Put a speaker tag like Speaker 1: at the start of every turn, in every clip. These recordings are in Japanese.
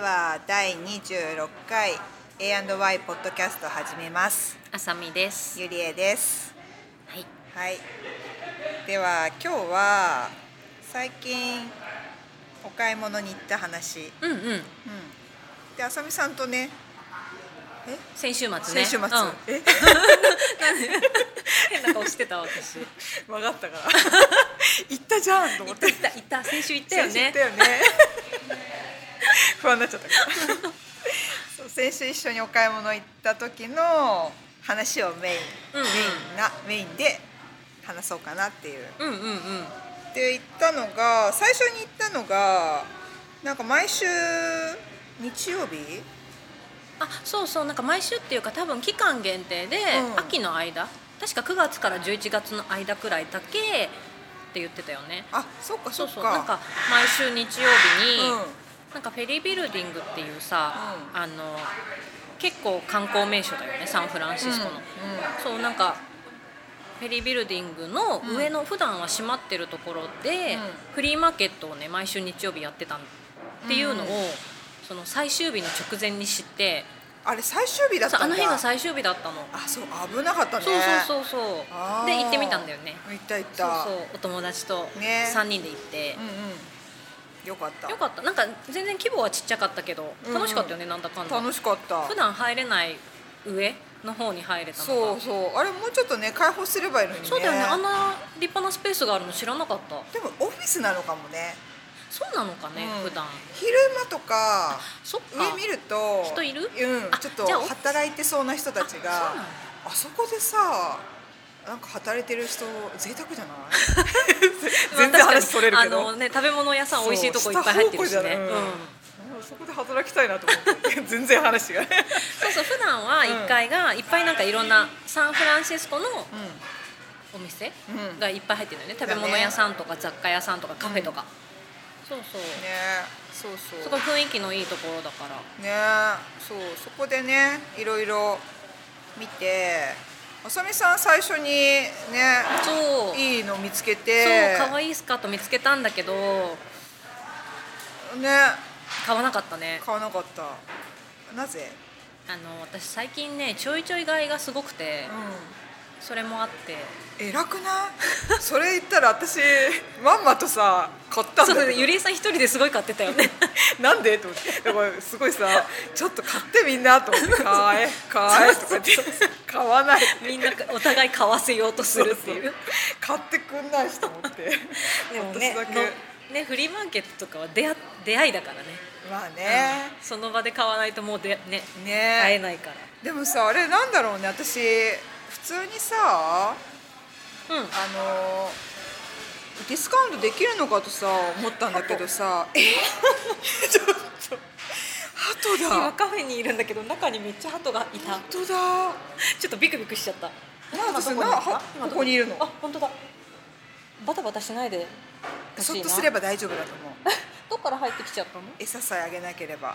Speaker 1: は第26回 A&Y ポッドキャストを始めます
Speaker 2: あさみです。
Speaker 1: ゆりえです
Speaker 2: はい。
Speaker 1: はいでは今日は最近お買い物に行った話、うん、
Speaker 2: うんうん。
Speaker 1: であさみさんとね
Speaker 2: 先週末ね。
Speaker 1: 先週末、
Speaker 2: うん、
Speaker 1: え
Speaker 2: 変な顔してた 私。行
Speaker 1: 分か ったから行ったじゃんと思っ
Speaker 2: ってた行った行った先週行ったよ
Speaker 1: 先週行
Speaker 2: ね
Speaker 1: った。よね 不安になっちゃったから そう先週一緒にお買い物行った時の話をメイン、
Speaker 2: うんうん
Speaker 1: メインなメインで話そうかなっていう
Speaker 2: うんうんうん。
Speaker 1: で行ったのが最初に行ったのがなんか毎週日曜日
Speaker 2: あそうそうなんか毎週っていうか多分期間限定で、
Speaker 1: うん
Speaker 2: 秋の間確か9月から11月の間くらいだけって言ってたよね。
Speaker 1: あそっかそ
Speaker 2: そう
Speaker 1: っか
Speaker 2: そうなんか毎週日曜日に、
Speaker 1: うん
Speaker 2: なんかフェリービルディングっていうさ、
Speaker 1: うん
Speaker 2: あの結構観光名所だよねサンフランシスコの。
Speaker 1: うんうん
Speaker 2: そうなんかフェリービルディングの上の普段は閉まってるところで、
Speaker 1: うん
Speaker 2: フリーマーケットをね毎週日曜日やってたっていうのを、
Speaker 1: うん
Speaker 2: その最終日の直前に知って
Speaker 1: あれ最終日だった
Speaker 2: そ
Speaker 1: ん
Speaker 2: う
Speaker 1: だ
Speaker 2: あの日が最終日だったの、
Speaker 1: あそう危なかったね
Speaker 2: そうそうそうそうで行ってみたんだよね
Speaker 1: あー行った行っ
Speaker 2: そう
Speaker 1: た
Speaker 2: そうお友達と
Speaker 1: ね
Speaker 2: 3人で行って、
Speaker 1: うんうんよかった
Speaker 2: よかったなんか全然規模はちっちゃかったけど
Speaker 1: うんうん
Speaker 2: 楽しかったよね、なんだかんだ
Speaker 1: 楽しかった
Speaker 2: 普段入れない上の方に入れたのが
Speaker 1: そうそうあれもうちょっとね開放すればいいのにね
Speaker 2: そうだよねあんな立派なスペースがあるの知らなかった
Speaker 1: でもオフィスなのかもね
Speaker 2: そうなのかね、
Speaker 1: うん
Speaker 2: 普段
Speaker 1: 昼間とか
Speaker 2: そっか
Speaker 1: 上見ると
Speaker 2: 人いる
Speaker 1: うん
Speaker 2: あ
Speaker 1: ちょっと
Speaker 2: じゃあ
Speaker 1: 働いてそうな人たち
Speaker 2: あ
Speaker 1: が
Speaker 2: そうなの
Speaker 1: あそこでさなんか働いてる人贅沢じゃない 全然
Speaker 2: まあ
Speaker 1: 話それるけど
Speaker 2: あのね食べ物屋さん美味しいとこいっぱい入ってるし
Speaker 1: そう下方向じ
Speaker 2: ね
Speaker 1: ゃない
Speaker 2: うん
Speaker 1: あそこで働きたいなと思 って全然話がうん
Speaker 2: そうそう普段は1階がいっぱいなんかいろんなサンフランシスコのお店
Speaker 1: うん
Speaker 2: がいっぱい入ってるのよね食べ物屋さんとか雑貨屋さんとかカフェとか、そうそう、
Speaker 1: ねそうそう
Speaker 2: すごい雰囲気のいいところだから
Speaker 1: ねそうそこでねいろいろ見てあさみさん最初にね
Speaker 2: そう
Speaker 1: いいの見つけ
Speaker 2: そう
Speaker 1: て
Speaker 2: 可愛いスカート見つけたんだけど
Speaker 1: ね
Speaker 2: 買わなかったね
Speaker 1: 買わなかったなぜ
Speaker 2: あの私最近ねちょいちょい買いがすごくて
Speaker 1: う
Speaker 2: それもあって
Speaker 1: ん偉くない それ言ったら私まんまとさ買ったん
Speaker 2: そう
Speaker 1: だ
Speaker 2: だ
Speaker 1: け
Speaker 2: ね
Speaker 1: ど
Speaker 2: ゆりえさん一人ですごい買ってたよね
Speaker 1: なんでと思ってだからすごいさちょっと買ってみんなと思って買え買えとか言って買わない
Speaker 2: みんなお互い買わせようとするっていう
Speaker 1: そうそう買ってくんないしと思って
Speaker 2: でも
Speaker 1: 私
Speaker 2: ね
Speaker 1: だけ
Speaker 2: のねフリーマーケットとかは出会出会いだからね、
Speaker 1: まあね、
Speaker 2: うんその場で買わないともうでね
Speaker 1: ね
Speaker 2: 会えないか
Speaker 1: でもさあれなんだろうね私普通にさあ
Speaker 2: らうん
Speaker 1: のディスカウントできるのかとさ思ったんだけどさ えちょっとハト
Speaker 2: 今
Speaker 1: だ
Speaker 2: カフェにいるんだけど中にめっちゃハトがいた
Speaker 1: ハトだ
Speaker 2: ちょっとビクビクしちゃった
Speaker 1: なんか
Speaker 2: 今
Speaker 1: そ
Speaker 2: ど
Speaker 1: ん
Speaker 2: こ
Speaker 1: な
Speaker 2: にいる
Speaker 1: は
Speaker 2: 今ど
Speaker 1: ここにいるの
Speaker 2: あ本当だバタバタしないでほしい
Speaker 1: そっ
Speaker 2: な
Speaker 1: とすれば大丈夫だと思う
Speaker 2: どっから入ってきちゃったの
Speaker 1: 餌さえあげなければ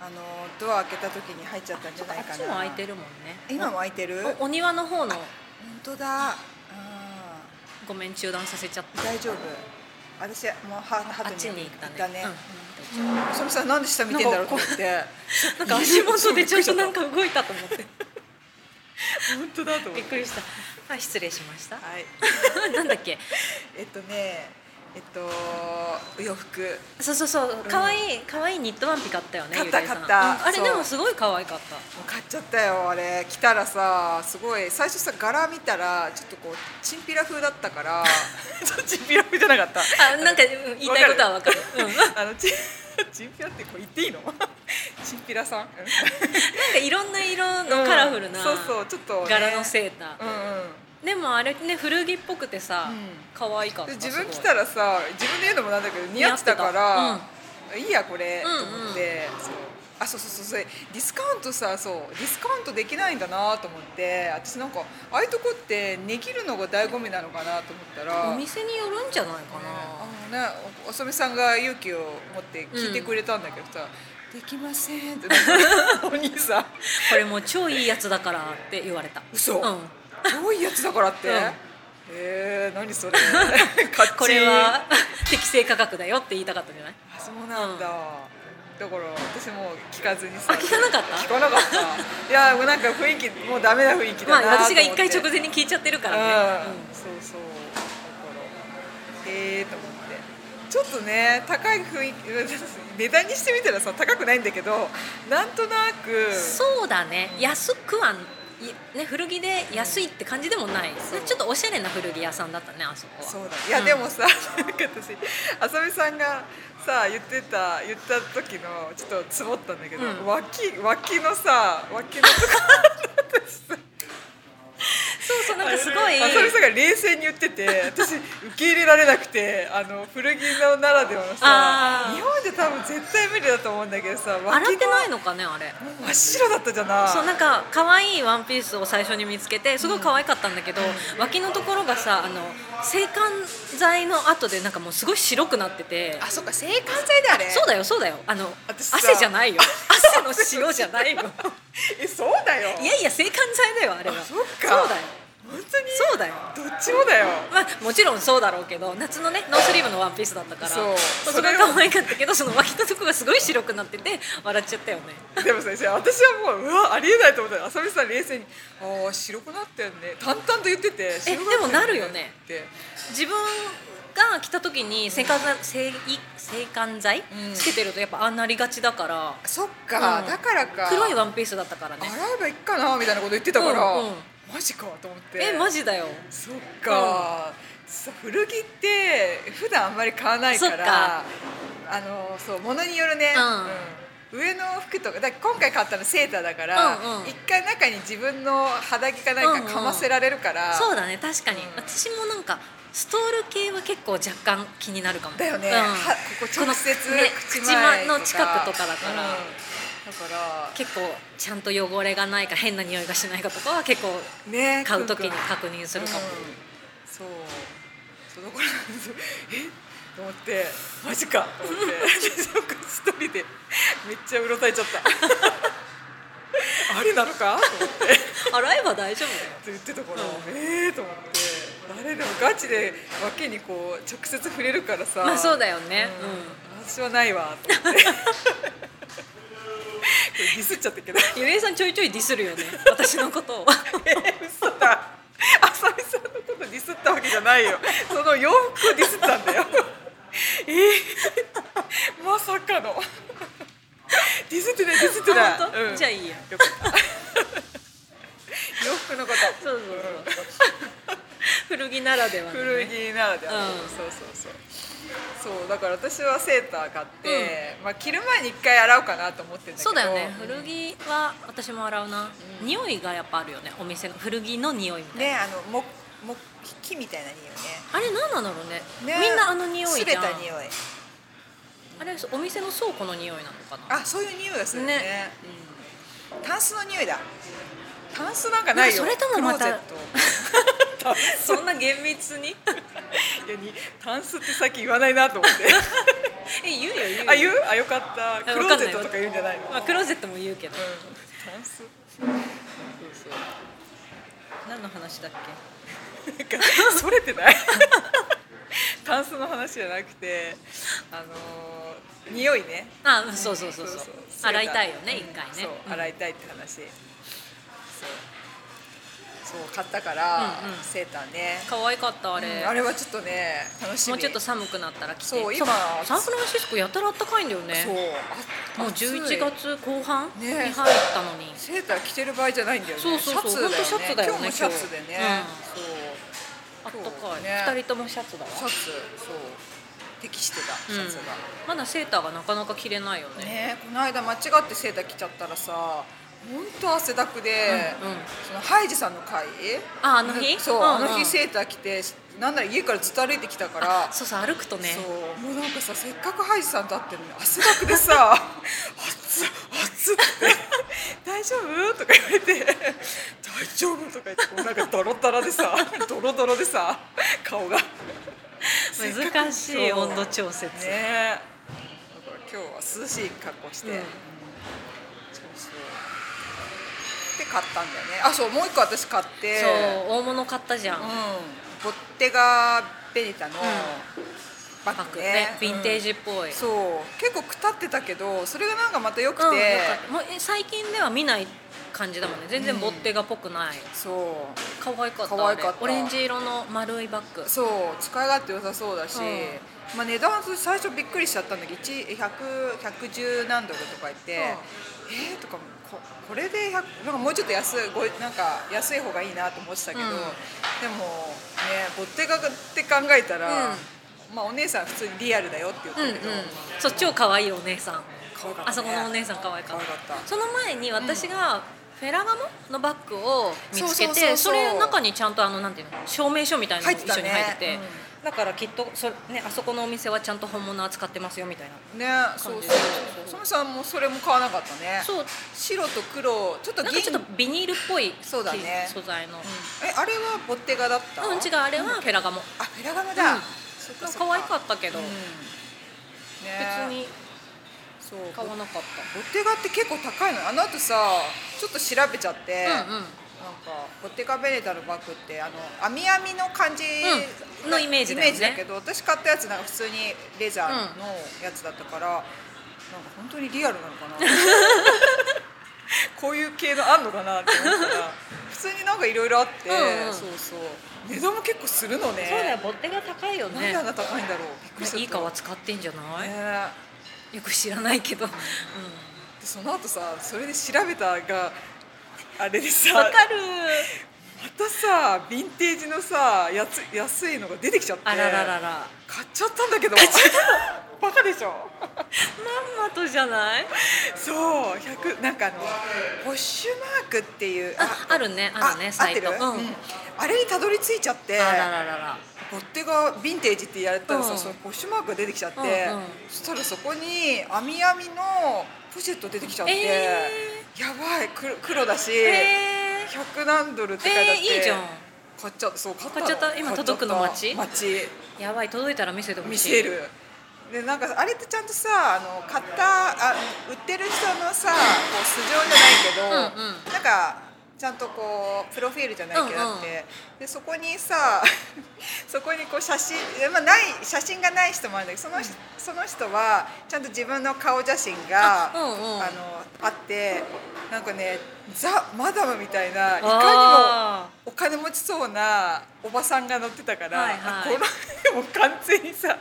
Speaker 1: あのドア開けた時に入っちゃったんじゃ
Speaker 2: あ
Speaker 1: ない
Speaker 2: っ
Speaker 1: か
Speaker 2: ちも
Speaker 1: な
Speaker 2: 開いてるもんね
Speaker 1: 今も開いてる本
Speaker 2: おお庭の方の
Speaker 1: 当だ
Speaker 2: ごめん中断させちゃっ
Speaker 1: うん
Speaker 2: た
Speaker 1: 大丈夫私もうハハ
Speaker 2: あ
Speaker 1: ト
Speaker 2: っ
Speaker 1: に
Speaker 2: ちに行ったね
Speaker 1: ね
Speaker 2: うん
Speaker 1: おさみさんなんで下見てんだろうと思って
Speaker 2: なんか足元でちょ っとなんか動いたと思って
Speaker 1: 本当だと思
Speaker 2: びっくりしたあ失礼しました
Speaker 1: はい
Speaker 2: なんだっけ
Speaker 1: えっとねえっと洋服
Speaker 2: そうそうそう可愛い可愛いニットワンピ買ったよね
Speaker 1: 買った
Speaker 2: ゆりえさん
Speaker 1: 買った
Speaker 2: うんあれ
Speaker 1: そう
Speaker 2: でもすごい可愛かった
Speaker 1: もう買っちゃったよあれ着たらさすごい最初さ柄見たらちょっとこうチンピラ風だったから ちょっとチンピラ風じゃなかった
Speaker 2: あなんかうん言いたいことはわかるうんなんか
Speaker 1: あのチン チンピラってこう言っていいの チンピラさん
Speaker 2: いろんな色
Speaker 1: う
Speaker 2: の
Speaker 1: ん
Speaker 2: カラフルな
Speaker 1: そうそうちょっとね、
Speaker 2: 柄のセー
Speaker 1: うん
Speaker 2: ターでもあれね古着っぽくてさ
Speaker 1: うん
Speaker 2: 可愛かっ
Speaker 1: うん
Speaker 2: た
Speaker 1: で自分着
Speaker 2: ら
Speaker 1: たらさ自分で言うのもなんだけど似合ってたから
Speaker 2: 似合って
Speaker 1: いいやこれ、
Speaker 2: うんうん
Speaker 1: と思ってそうあそうそうそうそれディスカウントさそうディスカウントできないんだなと思って私なんかああいうとこって値切るのが醍醐味なのかなと思ったら
Speaker 2: お店によるんじゃないか
Speaker 1: あ
Speaker 2: な
Speaker 1: のねおおそめさんが勇気を持って聞いてくれたんだけどさ「できません」ってなん かお兄さん
Speaker 2: これもう超いいやつだからって言われた
Speaker 1: 嘘
Speaker 2: うん
Speaker 1: どういうやつだからって、
Speaker 2: うん
Speaker 1: えー、何 それカッチン
Speaker 2: これは適正価格だよって言いたかったんじゃない
Speaker 1: あそうなんだ、だから私も聞かずに
Speaker 2: あ
Speaker 1: さ
Speaker 2: 聞かなかった
Speaker 1: 聞かなか ったいやもうなんか雰囲気もうダメな雰囲気だ
Speaker 2: ま
Speaker 1: な
Speaker 2: あ私
Speaker 1: と思
Speaker 2: が一
Speaker 1: って
Speaker 2: 回直前に聞いちゃってるからね、
Speaker 1: うんそうそうだからええと思ってちょっとね高い雰囲気 値段にしてみたらさ高くないんだけどなんとなく
Speaker 2: うんそうだね安くは、いね、古着で安いって感じでもない、
Speaker 1: そう
Speaker 2: ちょっとおしゃれな古着屋さんだったねあそこは
Speaker 1: そうだいや、
Speaker 2: うん
Speaker 1: でもさなんか私浅見さんがさ言ってた言った時のちょっとつぼったんだけど、
Speaker 2: うん
Speaker 1: 脇脇のさ脇のとこ
Speaker 2: そうそうなんかすごい
Speaker 1: 浅見さんが冷静に言ってて私受け入れられなくてあの古着のならではの
Speaker 2: あ
Speaker 1: さ
Speaker 2: ー
Speaker 1: 日本で多分絶対無理だと思うんだけどさ脇の
Speaker 2: 洗ってないのかねあれ
Speaker 1: 真っ白だったじゃない
Speaker 2: そうなんか可愛いワンピースを最初に見つけてすごい可愛かったんだけど、脇のところがさあの制汗剤の後でなんかもうすごい白くなってて
Speaker 1: あそっか制汗剤だあれ
Speaker 2: そうだよそうだよあの
Speaker 1: 私さ
Speaker 2: 汗じゃないよ汗の塩じゃないよ
Speaker 1: えそうだよ
Speaker 2: いやいや制汗剤だよあれは
Speaker 1: あそっか
Speaker 2: そうだよ
Speaker 1: 本当に
Speaker 2: そうだよ
Speaker 1: どっちもだよ
Speaker 2: まあ、もちろんそうだろうけど夏のねノースリーブのワンピースだったから
Speaker 1: そう
Speaker 2: そ
Speaker 1: そ
Speaker 2: うそれ
Speaker 1: れを
Speaker 2: が可愛かったけどその脇のとこがすごい白くなってて笑っちゃったよね
Speaker 1: でもさ私はもううわありえないと思ったら浅見さん冷静に「ああ白くなってんね」淡々と言ってて「白くって
Speaker 2: でもなるよね
Speaker 1: って
Speaker 2: 自分が着た時に制汗剤制い制汗剤
Speaker 1: うん
Speaker 2: つけてるとやっぱああなりがちだから、
Speaker 1: そっか、
Speaker 2: うん
Speaker 1: だからか
Speaker 2: 黒いワンピースだったからね
Speaker 1: 洗えばいいかなみたいなこと言ってたから、
Speaker 2: うんうん
Speaker 1: マジかと思って
Speaker 2: えマジだよ
Speaker 1: そっか、さ古着って普段あんまり買わないから
Speaker 2: そっか
Speaker 1: あのそう物によるね、
Speaker 2: うん
Speaker 1: うん上の服とかだから今回買ったのセーターだから、
Speaker 2: うんうん
Speaker 1: 一回中に自分の肌着かなんかかませられるから、
Speaker 2: そうだね確かに、
Speaker 1: うん
Speaker 2: 私もなんかストール系は結構若干気になるかも
Speaker 1: だよね、
Speaker 2: うん
Speaker 1: はここ直接
Speaker 2: このね
Speaker 1: 口
Speaker 2: 口
Speaker 1: 前
Speaker 2: の近くとかだから
Speaker 1: うんだから
Speaker 2: 結構ちゃんと汚れがないか変な匂いがしないかとかは結構
Speaker 1: ね
Speaker 2: 買う時に
Speaker 1: くんくん
Speaker 2: 確認するかも、
Speaker 1: うんそうそうだからえと思ってマジかと思ってなんか一人でめっちゃうろたえちゃったあれなのかと思って
Speaker 2: 洗えば大丈夫だよ
Speaker 1: って言ってたから、えーと思って誰でもガチで脇にこう直接触れるからさ、
Speaker 2: まあそうだよね
Speaker 1: うん私はないわ と思ってこれディスっちゃったけど
Speaker 2: ゆりえさんちょいちょいディスるよね私のことを
Speaker 1: 嘘だ浅見さんのことディスったわけじゃないよその洋服をディスったんだよえー、まさかのディスってないディスってない、
Speaker 2: 本当
Speaker 1: うん
Speaker 2: じゃあいいや
Speaker 1: よかった洋服のこと
Speaker 2: そうそうそう古着ならではのね
Speaker 1: 古着ならではの、
Speaker 2: うん
Speaker 1: そうそうそうそうだから私はセーター買って、まあ、着る前に一回洗おうかなと思ってんだけど
Speaker 2: そうだよね古着は私も洗うな、匂いがやっぱあるよねお店の古着の匂いみたいな、
Speaker 1: ねあのもも木みたいな匂い
Speaker 2: あれ何なんだろうね
Speaker 1: ねね
Speaker 2: みんなあの匂いじゃ
Speaker 1: 擦
Speaker 2: ん
Speaker 1: れた匂い
Speaker 2: あれお店の倉庫の匂いなのかな
Speaker 1: あそういう匂いがするね
Speaker 2: ね
Speaker 1: うん、タンスの匂いだタンスなんかないよ
Speaker 2: なんかそれともまた
Speaker 1: クローゼ
Speaker 2: そんな厳密に
Speaker 1: ットいやにタンスってさっき言わないなと思って
Speaker 2: え言うよ言うよ
Speaker 1: あ言うあよかったクローゼットとか言うんじゃないの
Speaker 2: まあ、クローゼットも言うけど、
Speaker 1: うんタンスそうそう
Speaker 2: 何の話だっけ
Speaker 1: なんかそれてない タンスの話じゃなくてあのー匂いね
Speaker 2: あうんそうそうそうそう洗いたいよ
Speaker 1: う
Speaker 2: ね
Speaker 1: ん
Speaker 2: 一回ね
Speaker 1: そう、
Speaker 2: うん
Speaker 1: 洗いたいって話そうそう買ったから、
Speaker 2: うんうん
Speaker 1: セーターね
Speaker 2: 可愛かったあれ、
Speaker 1: うんあれはちょっとね楽しみ
Speaker 2: もうちょっと寒くなったら来て
Speaker 1: そう今
Speaker 2: サンフランシスコやたらあったかいんだよね
Speaker 1: そうあ
Speaker 2: もう11
Speaker 1: 暑い
Speaker 2: 月後半に
Speaker 1: ね
Speaker 2: 入ったのに、
Speaker 1: セーター着てる場合じゃないんだよね
Speaker 2: そうそうそう
Speaker 1: シャツだよね
Speaker 2: ほんとシ
Speaker 1: 今日もシャ
Speaker 2: ャツ
Speaker 1: ツ
Speaker 2: だ
Speaker 1: でね
Speaker 2: よね、あった
Speaker 1: そう
Speaker 2: かい、
Speaker 1: ね
Speaker 2: 二人ともシャツだわ
Speaker 1: そうシャツそう適してたシャツが、
Speaker 2: まだセーターがなかなか着れないよね
Speaker 1: ねこの間間違ってセーター着ちゃったらさ本当汗だくで、
Speaker 2: うんうん
Speaker 1: そのハイジさんの会
Speaker 2: ああの日
Speaker 1: そう、
Speaker 2: うんうん
Speaker 1: あの日セーター着てなんなら家からずっと歩いてきたから
Speaker 2: そうそう歩くとね
Speaker 1: そうもうなんかさせっかくハイジさんと会ってるのに汗だくでさ 「熱っ熱っ」って「大丈夫?」とか言われて「大丈夫?」とか言ってもうなんかドロドロで さドロドロでさ顔が
Speaker 2: 難しい温度
Speaker 1: ね
Speaker 2: 調節、
Speaker 1: えだから今日は涼しい格好して、
Speaker 2: うん
Speaker 1: そうそうで買ったんだよねあそうもう一個私買って
Speaker 2: そう大物買ったじゃ
Speaker 1: う
Speaker 2: ん、
Speaker 1: ん、ボッテガ・ベニタの、
Speaker 2: ん
Speaker 1: バ
Speaker 2: バ
Speaker 1: ッ
Speaker 2: ッ
Speaker 1: グ
Speaker 2: グ
Speaker 1: ね
Speaker 2: ねヴィンテー
Speaker 1: うん
Speaker 2: ジっぽい、うん
Speaker 1: そう結構くたってたけどそれがなんかまた良くて、
Speaker 2: よかったもうえ最近では見ない感じだもんね全然ボッテガっぽくない、
Speaker 1: そう
Speaker 2: 可愛かった
Speaker 1: 可愛かった
Speaker 2: あれオレンジ色の丸いバッグ
Speaker 1: そう使い勝手良さそうだし、
Speaker 2: う
Speaker 1: まあ、値段は最初びっくりしちゃったんだけど1 100 110何ドルとか言って、
Speaker 2: うん
Speaker 1: えーとかここれで100なんかもうちょっと安いごなんか安い方がいいなと思ってたけど、
Speaker 2: うん
Speaker 1: でもねボッテガって考えたら、
Speaker 2: うん
Speaker 1: まあ、お姉さん普通にリアルだよって言っ
Speaker 2: うんうん
Speaker 1: たけど、
Speaker 2: そっちを可愛いお姉さん
Speaker 1: 可愛かったね
Speaker 2: あそこのお姉さん可愛かった
Speaker 1: 可愛かった
Speaker 2: その前に私がフェラガモのバッグを見つけ
Speaker 1: そうそうそうそ
Speaker 2: て
Speaker 1: う
Speaker 2: それの中にちゃんとあのなんていうの証明書みたいなのも一緒に入ってて
Speaker 1: 入ってたね
Speaker 2: だからきっとそ、ね、あそこのお店はちゃんと本物扱ってますよみたいな
Speaker 1: ねそうそう
Speaker 2: 感じ
Speaker 1: そのさんもそれも買わなかったね
Speaker 2: そう
Speaker 1: 白と黒ちょっと
Speaker 2: なん
Speaker 1: 銀
Speaker 2: かちょっとビニールっぽい
Speaker 1: そうだね
Speaker 2: 素材の
Speaker 1: えあれはボッテガだった、
Speaker 2: うん違うあれはフェラガモ
Speaker 1: あフェラガムだ、
Speaker 2: うん
Speaker 1: そっかそっ
Speaker 2: 可愛かったけど、
Speaker 1: うんね
Speaker 2: 別に
Speaker 1: そう
Speaker 2: 買
Speaker 1: ボ
Speaker 2: わなかっ
Speaker 1: ボッテガって結構高いのあの後さちょっと調べちゃって、
Speaker 2: た、
Speaker 1: なん
Speaker 2: うんうん
Speaker 1: かボッテガベネダのバッグってあの網網の感じ、
Speaker 2: うんのイメージだよね
Speaker 1: けど私買ったやつなんか普通にレザーのやつだったから、なんか本当にリアルなのかなこういう系のあんのかなって思ったら普通になんかいろいろあって、
Speaker 2: うんうん
Speaker 1: そうそう値段も結構するのね
Speaker 2: そうだよボッテが高いよ
Speaker 1: なん
Speaker 2: ね
Speaker 1: であんな高いんだろうびっくりしちゃった
Speaker 2: いい革使ってんじゃない、
Speaker 1: ね
Speaker 2: よく知らないけど、うん、
Speaker 1: でその後さそれで調べたがあれでさ
Speaker 2: わかる
Speaker 1: またさヴィンテージのさやつ安いのが出てきちゃって
Speaker 2: あららららま
Speaker 1: 買っちゃったんだけど バカでしょ
Speaker 2: んまとじゃない
Speaker 1: そう100なんかあの「ポッシュマーク」っていう
Speaker 2: ああるねあるね
Speaker 1: 合
Speaker 2: サ
Speaker 1: って
Speaker 2: イ
Speaker 1: る、
Speaker 2: ト、うん、あ
Speaker 1: うんあれにたどり着いちゃって
Speaker 2: らららら
Speaker 1: ボッテがヴィンテージってやったらさ、
Speaker 2: うん
Speaker 1: そのポッシュマークが出てきちゃって、
Speaker 2: うんうん
Speaker 1: そしたらそこに網みのポシェット出てきちゃって、
Speaker 2: え
Speaker 1: やばい黒黒だし、
Speaker 2: えー、え
Speaker 1: 100何ドルって書いてあって、
Speaker 2: ー、いいじゃん
Speaker 1: 買っちゃったそう買ったの
Speaker 2: 買っちゃった今
Speaker 1: 買っちゃ
Speaker 2: 届くの待ち
Speaker 1: 待ち
Speaker 2: やばい届いたら見せてほしい
Speaker 1: 見せるでなんかあれってちゃんとさあの買ったあ売ってる人のさこう素性じゃないけど
Speaker 2: うんう
Speaker 1: なんかちゃんとこうプロフィールじゃないけどあって、
Speaker 2: うん
Speaker 1: でそこにさ そこにこう写真、まあ、ない写真がない人もあるんだけどその,、その人はちゃんと自分の顔写真が
Speaker 2: あうんうん
Speaker 1: あのあってなんかねザ・マダムみたいないかにも
Speaker 2: あ
Speaker 1: お金持ちそうなおばさんが乗ってたから、
Speaker 2: はいはい
Speaker 1: このもう完全に さ
Speaker 2: ー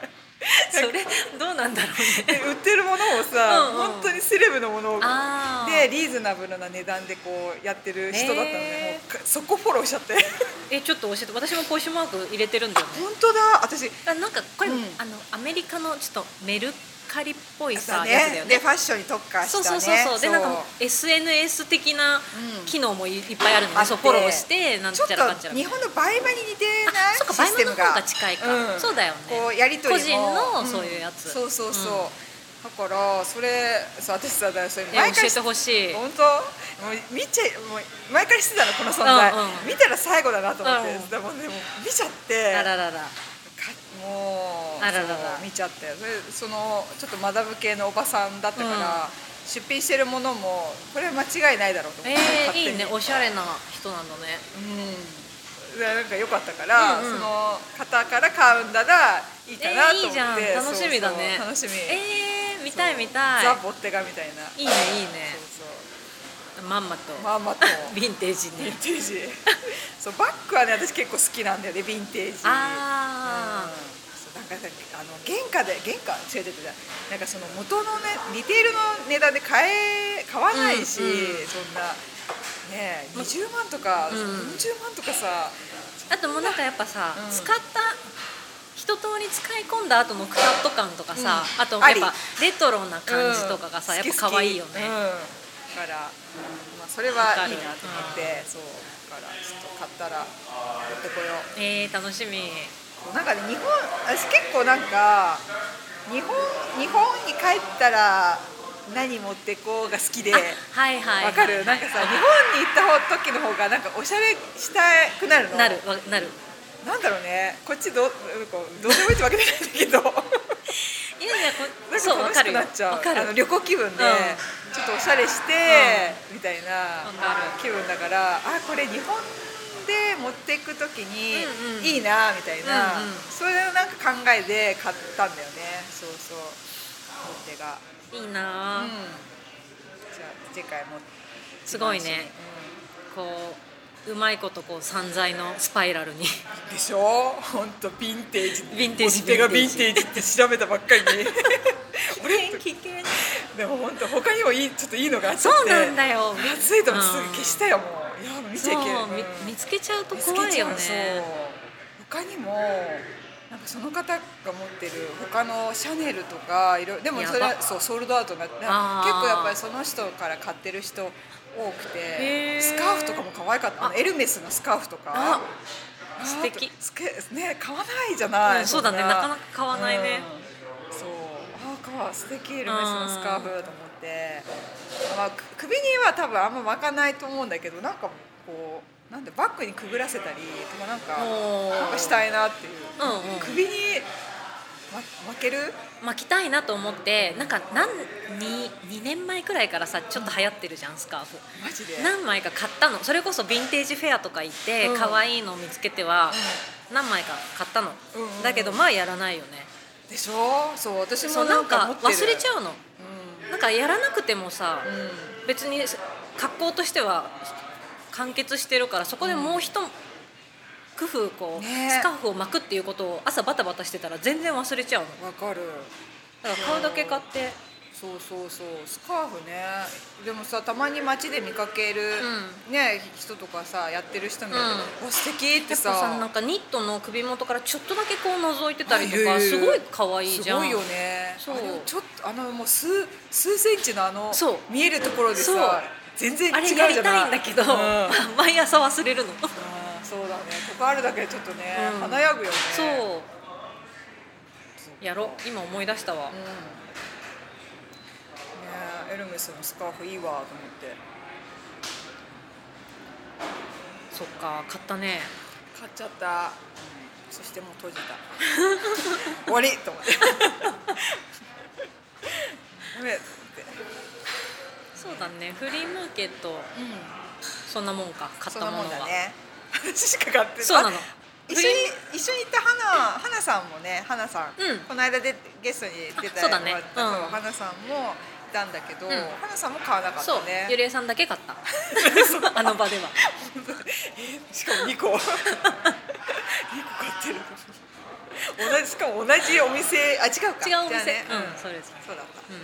Speaker 2: それどうなんだろう
Speaker 1: で
Speaker 2: ね
Speaker 1: 売ってるものをさ
Speaker 2: うんうん
Speaker 1: 本当にセレブのものを
Speaker 2: あ
Speaker 1: でリーズナブルな値段でこうやってる人だったので
Speaker 2: へ
Speaker 1: もうかそこフォローしちゃって
Speaker 2: でえちょっと教えて私もポッシュマーク入れてるんだよね
Speaker 1: 本当だ 私
Speaker 2: あなんかこれ、
Speaker 1: うん
Speaker 2: あのアメリカのちょっとメルカリっぽいさ、
Speaker 1: だ
Speaker 2: やつだ
Speaker 1: ね
Speaker 2: よ
Speaker 1: で
Speaker 2: ね
Speaker 1: ファッションに特化した
Speaker 2: そう
Speaker 1: ね
Speaker 2: そうそうそうでなんかもう SNS 的な機能もいいっぱいあるので、そうフォローしてなんち
Speaker 1: ちょっ
Speaker 2: ゃらかっちゃ
Speaker 1: と
Speaker 2: ら
Speaker 1: 日
Speaker 2: みたいな
Speaker 1: 本の倍馬に似てな
Speaker 2: あ
Speaker 1: い
Speaker 2: そっか
Speaker 1: シ
Speaker 2: バイ
Speaker 1: ス
Speaker 2: マ
Speaker 1: テ
Speaker 2: ン
Speaker 1: ム
Speaker 2: の
Speaker 1: が
Speaker 2: 方が近いか、
Speaker 1: ん
Speaker 2: そうだよね
Speaker 1: こうやりとりも
Speaker 2: 個人の
Speaker 1: ん
Speaker 2: そういうやつ
Speaker 1: そうそうそう、
Speaker 2: うん
Speaker 1: だからそれさ私さだからそれ
Speaker 2: え
Speaker 1: 毎
Speaker 2: 教
Speaker 1: 回
Speaker 2: えてほしい
Speaker 1: 本当もう見ちゃもう毎回してたのこの存在、
Speaker 2: うんうん
Speaker 1: 見たら最後だなと思って、
Speaker 2: うん
Speaker 1: でもでも見ちゃって
Speaker 2: あららら
Speaker 1: かもう
Speaker 2: あららら
Speaker 1: そう見ちゃってそれそのちょっとマダム系のおばさんだったから、
Speaker 2: うん
Speaker 1: 出品してるものもこれは間違いないだろうと思って、勝
Speaker 2: えー、
Speaker 1: 手
Speaker 2: い
Speaker 1: に
Speaker 2: いねおしゃれな人なんだね
Speaker 1: うん、でなんか良かったから、
Speaker 2: うんうん
Speaker 1: その方から買うんだらいいかなと思って、
Speaker 2: えーいいじゃん楽しみだね
Speaker 1: そうそう楽しみ、
Speaker 2: えー、見たい見たい
Speaker 1: ザ・ボッテガみたいない
Speaker 2: いねいいね
Speaker 1: そう
Speaker 2: まんまと
Speaker 1: そうまあまあ と
Speaker 2: ヴィンテージ
Speaker 1: ヴィン
Speaker 2: ね
Speaker 1: テージそうバッグはね私結構好きなんだよねヴィンテージ
Speaker 2: あー
Speaker 1: うんそうなんかさあの原価で原価違う違う違うなんかその元のねリテールの値段で買え買わないし、
Speaker 2: うんうん
Speaker 1: そんなねえ20万とか、
Speaker 2: うん
Speaker 1: 40万とかさ
Speaker 2: あともうなんかやっぱさ、
Speaker 1: うん
Speaker 2: 使った一通り使い込んだ後のクラッと感とかさ、
Speaker 1: うん
Speaker 2: あと
Speaker 1: あ
Speaker 2: やっ
Speaker 1: り
Speaker 2: ぱレトロな感じとかがさ、
Speaker 1: うん
Speaker 2: やっぱ可愛いよ
Speaker 1: 好
Speaker 2: ね、
Speaker 1: き好きうんだから、まあ、それはいいなと思って、そうだからちょっと買ったら持ってこよう
Speaker 2: えー、楽しみ
Speaker 1: なんかね日本私結構なんか日本日本に帰ったら何持ってこうが好きで
Speaker 2: あ
Speaker 1: わ
Speaker 2: はいはい
Speaker 1: かるなんかさ日本に行った時の方がなんかおしゃれしたくなるの
Speaker 2: なるわなる
Speaker 1: なんだろうねこっちどうこうどうでもいいってわけじゃないんだけど
Speaker 2: いやいやこ
Speaker 1: なん
Speaker 2: そう
Speaker 1: か
Speaker 2: わ
Speaker 1: 楽
Speaker 2: か
Speaker 1: しく
Speaker 2: るよ
Speaker 1: なっちゃう
Speaker 2: わかる
Speaker 1: あの旅行気分で、
Speaker 2: うん
Speaker 1: ちょっとおしゃれして、みたいな
Speaker 2: わかる
Speaker 1: 気分だからあこれ日本で持っていく時に
Speaker 2: うんうん
Speaker 1: いいなみたいな、
Speaker 2: うんうん
Speaker 1: それをなんか考えで買ったんだよねそうそう持っ手が、
Speaker 2: いい
Speaker 1: うん
Speaker 2: なあ、、
Speaker 1: じゃあ次回も
Speaker 2: すごいね、こううまいことこう散財のスパイラルに
Speaker 1: うんでしょ本当ヴィンテージ
Speaker 2: ヴィンテージ
Speaker 1: 持っ手がヴ
Speaker 2: ヴ
Speaker 1: ィ
Speaker 2: ィン
Speaker 1: ン
Speaker 2: テ
Speaker 1: テージって調べたばっかりに あれ
Speaker 2: 危険
Speaker 1: でも本当他にもいいちょっといいのがあっちゃって
Speaker 2: そうなんだ よ
Speaker 1: まずいと思ってすぐ
Speaker 2: うん
Speaker 1: 消したよもういや見ちゃいけない
Speaker 2: そうみ見つけちゃうと怖いよ
Speaker 1: 見つけちゃう
Speaker 2: ね
Speaker 1: そう他にもなんかその方が持ってる他のシャネルとかいろいろでもそれ
Speaker 2: や
Speaker 1: はそうソールドアウトになって結
Speaker 2: あー
Speaker 1: 構やっぱりその人から買ってる人多く
Speaker 2: へ
Speaker 1: て
Speaker 2: ー
Speaker 1: スカーフとかも可愛かったあのエルメスのスカーフと
Speaker 2: あ
Speaker 1: かあー
Speaker 2: 素敵
Speaker 1: すけね買わないじゃない、
Speaker 2: うんそうだね
Speaker 1: ん
Speaker 2: なかなか買わないね
Speaker 1: うんそうあーかわ素敵エルメスのスカーフと思って、まあ、く首には多分あんま巻かないと思うんだけどなんかこうなんでバッグにくぐらせたりとかなんか
Speaker 2: おー
Speaker 1: なんかしたいなっていう、
Speaker 2: うんうん
Speaker 1: 首に、ま、巻ける
Speaker 2: 巻きたいなと思ってなんか何に2年前くらいからさちょっと流行ってるじゃんスカーフ
Speaker 1: マジで
Speaker 2: 何枚か買ったのそれこそヴィンテージフェアとか行って
Speaker 1: うん
Speaker 2: 可愛いの見つけては何枚か買ったの
Speaker 1: うんうんうん
Speaker 2: だけどまあやらないよね
Speaker 1: でしょそう私
Speaker 2: そ
Speaker 1: も
Speaker 2: うな
Speaker 1: なんんか
Speaker 2: か
Speaker 1: 持ってる
Speaker 2: 忘れちゃうのなんかやらなくてもさ
Speaker 1: うん、うん
Speaker 2: 別に格好としては完結してるからそこでもう一工夫こう
Speaker 1: ね
Speaker 2: スカーフを巻くっていうことを朝バタバタしてたら全然忘れちゃうの
Speaker 1: わかる
Speaker 2: だから買うだけ買って
Speaker 1: そうそうそうスカーフねでもさたまに街で見かける、ね人とかさやってる人見ると、お素敵っ
Speaker 2: や
Speaker 1: て
Speaker 2: っぱ
Speaker 1: さ
Speaker 2: さなんかニットの首元からちょっとだけこう覗いてたりと
Speaker 1: あい
Speaker 2: か
Speaker 1: るいる
Speaker 2: すごい可愛いじゃん
Speaker 1: すごいよね
Speaker 2: そう
Speaker 1: あれちょっとあのもう数数センチのあの
Speaker 2: そう
Speaker 1: 見えるところで
Speaker 2: そう
Speaker 1: さ全然違
Speaker 2: あ
Speaker 1: う
Speaker 2: れ
Speaker 1: じゃな
Speaker 2: や
Speaker 1: い
Speaker 2: りたいんだけど、
Speaker 1: うんあ
Speaker 2: 毎朝忘れるの
Speaker 1: ーそうだねここあるだけでちょっとね、
Speaker 2: うん
Speaker 1: 華やぐよね
Speaker 2: そうやろ今思い出したわ、
Speaker 1: うんねえエルメスのスカーフいいわと思って
Speaker 2: そっか買ったね
Speaker 1: 買っちゃった、うんそしてもう閉じ た終わりと思ってダメと
Speaker 2: そうだねフリーマーケット
Speaker 1: 思って、
Speaker 2: そんなもんか買っ
Speaker 1: そ
Speaker 2: た
Speaker 1: んな
Speaker 2: もの
Speaker 1: も
Speaker 2: は
Speaker 1: んだね私しか買ってない
Speaker 2: そうなの
Speaker 1: 一緒に一緒に行った花花さんもね花さん、
Speaker 2: うん
Speaker 1: この間でゲストに出
Speaker 2: あ
Speaker 1: た
Speaker 2: そうだね
Speaker 1: もらった
Speaker 2: うん
Speaker 1: そう花さんもいたんだけど、
Speaker 2: ん
Speaker 1: 花さんも買わなかっ
Speaker 2: そう
Speaker 1: た
Speaker 2: ゆ
Speaker 1: ね。
Speaker 2: りえさんだけ買ったあの場では
Speaker 1: しかも二個二個買ってる。同じしかも同じお店あ違うか
Speaker 2: 違うお店、
Speaker 1: じゃあね
Speaker 2: うんそれぞ
Speaker 1: そうだった、
Speaker 2: れ、
Speaker 1: ね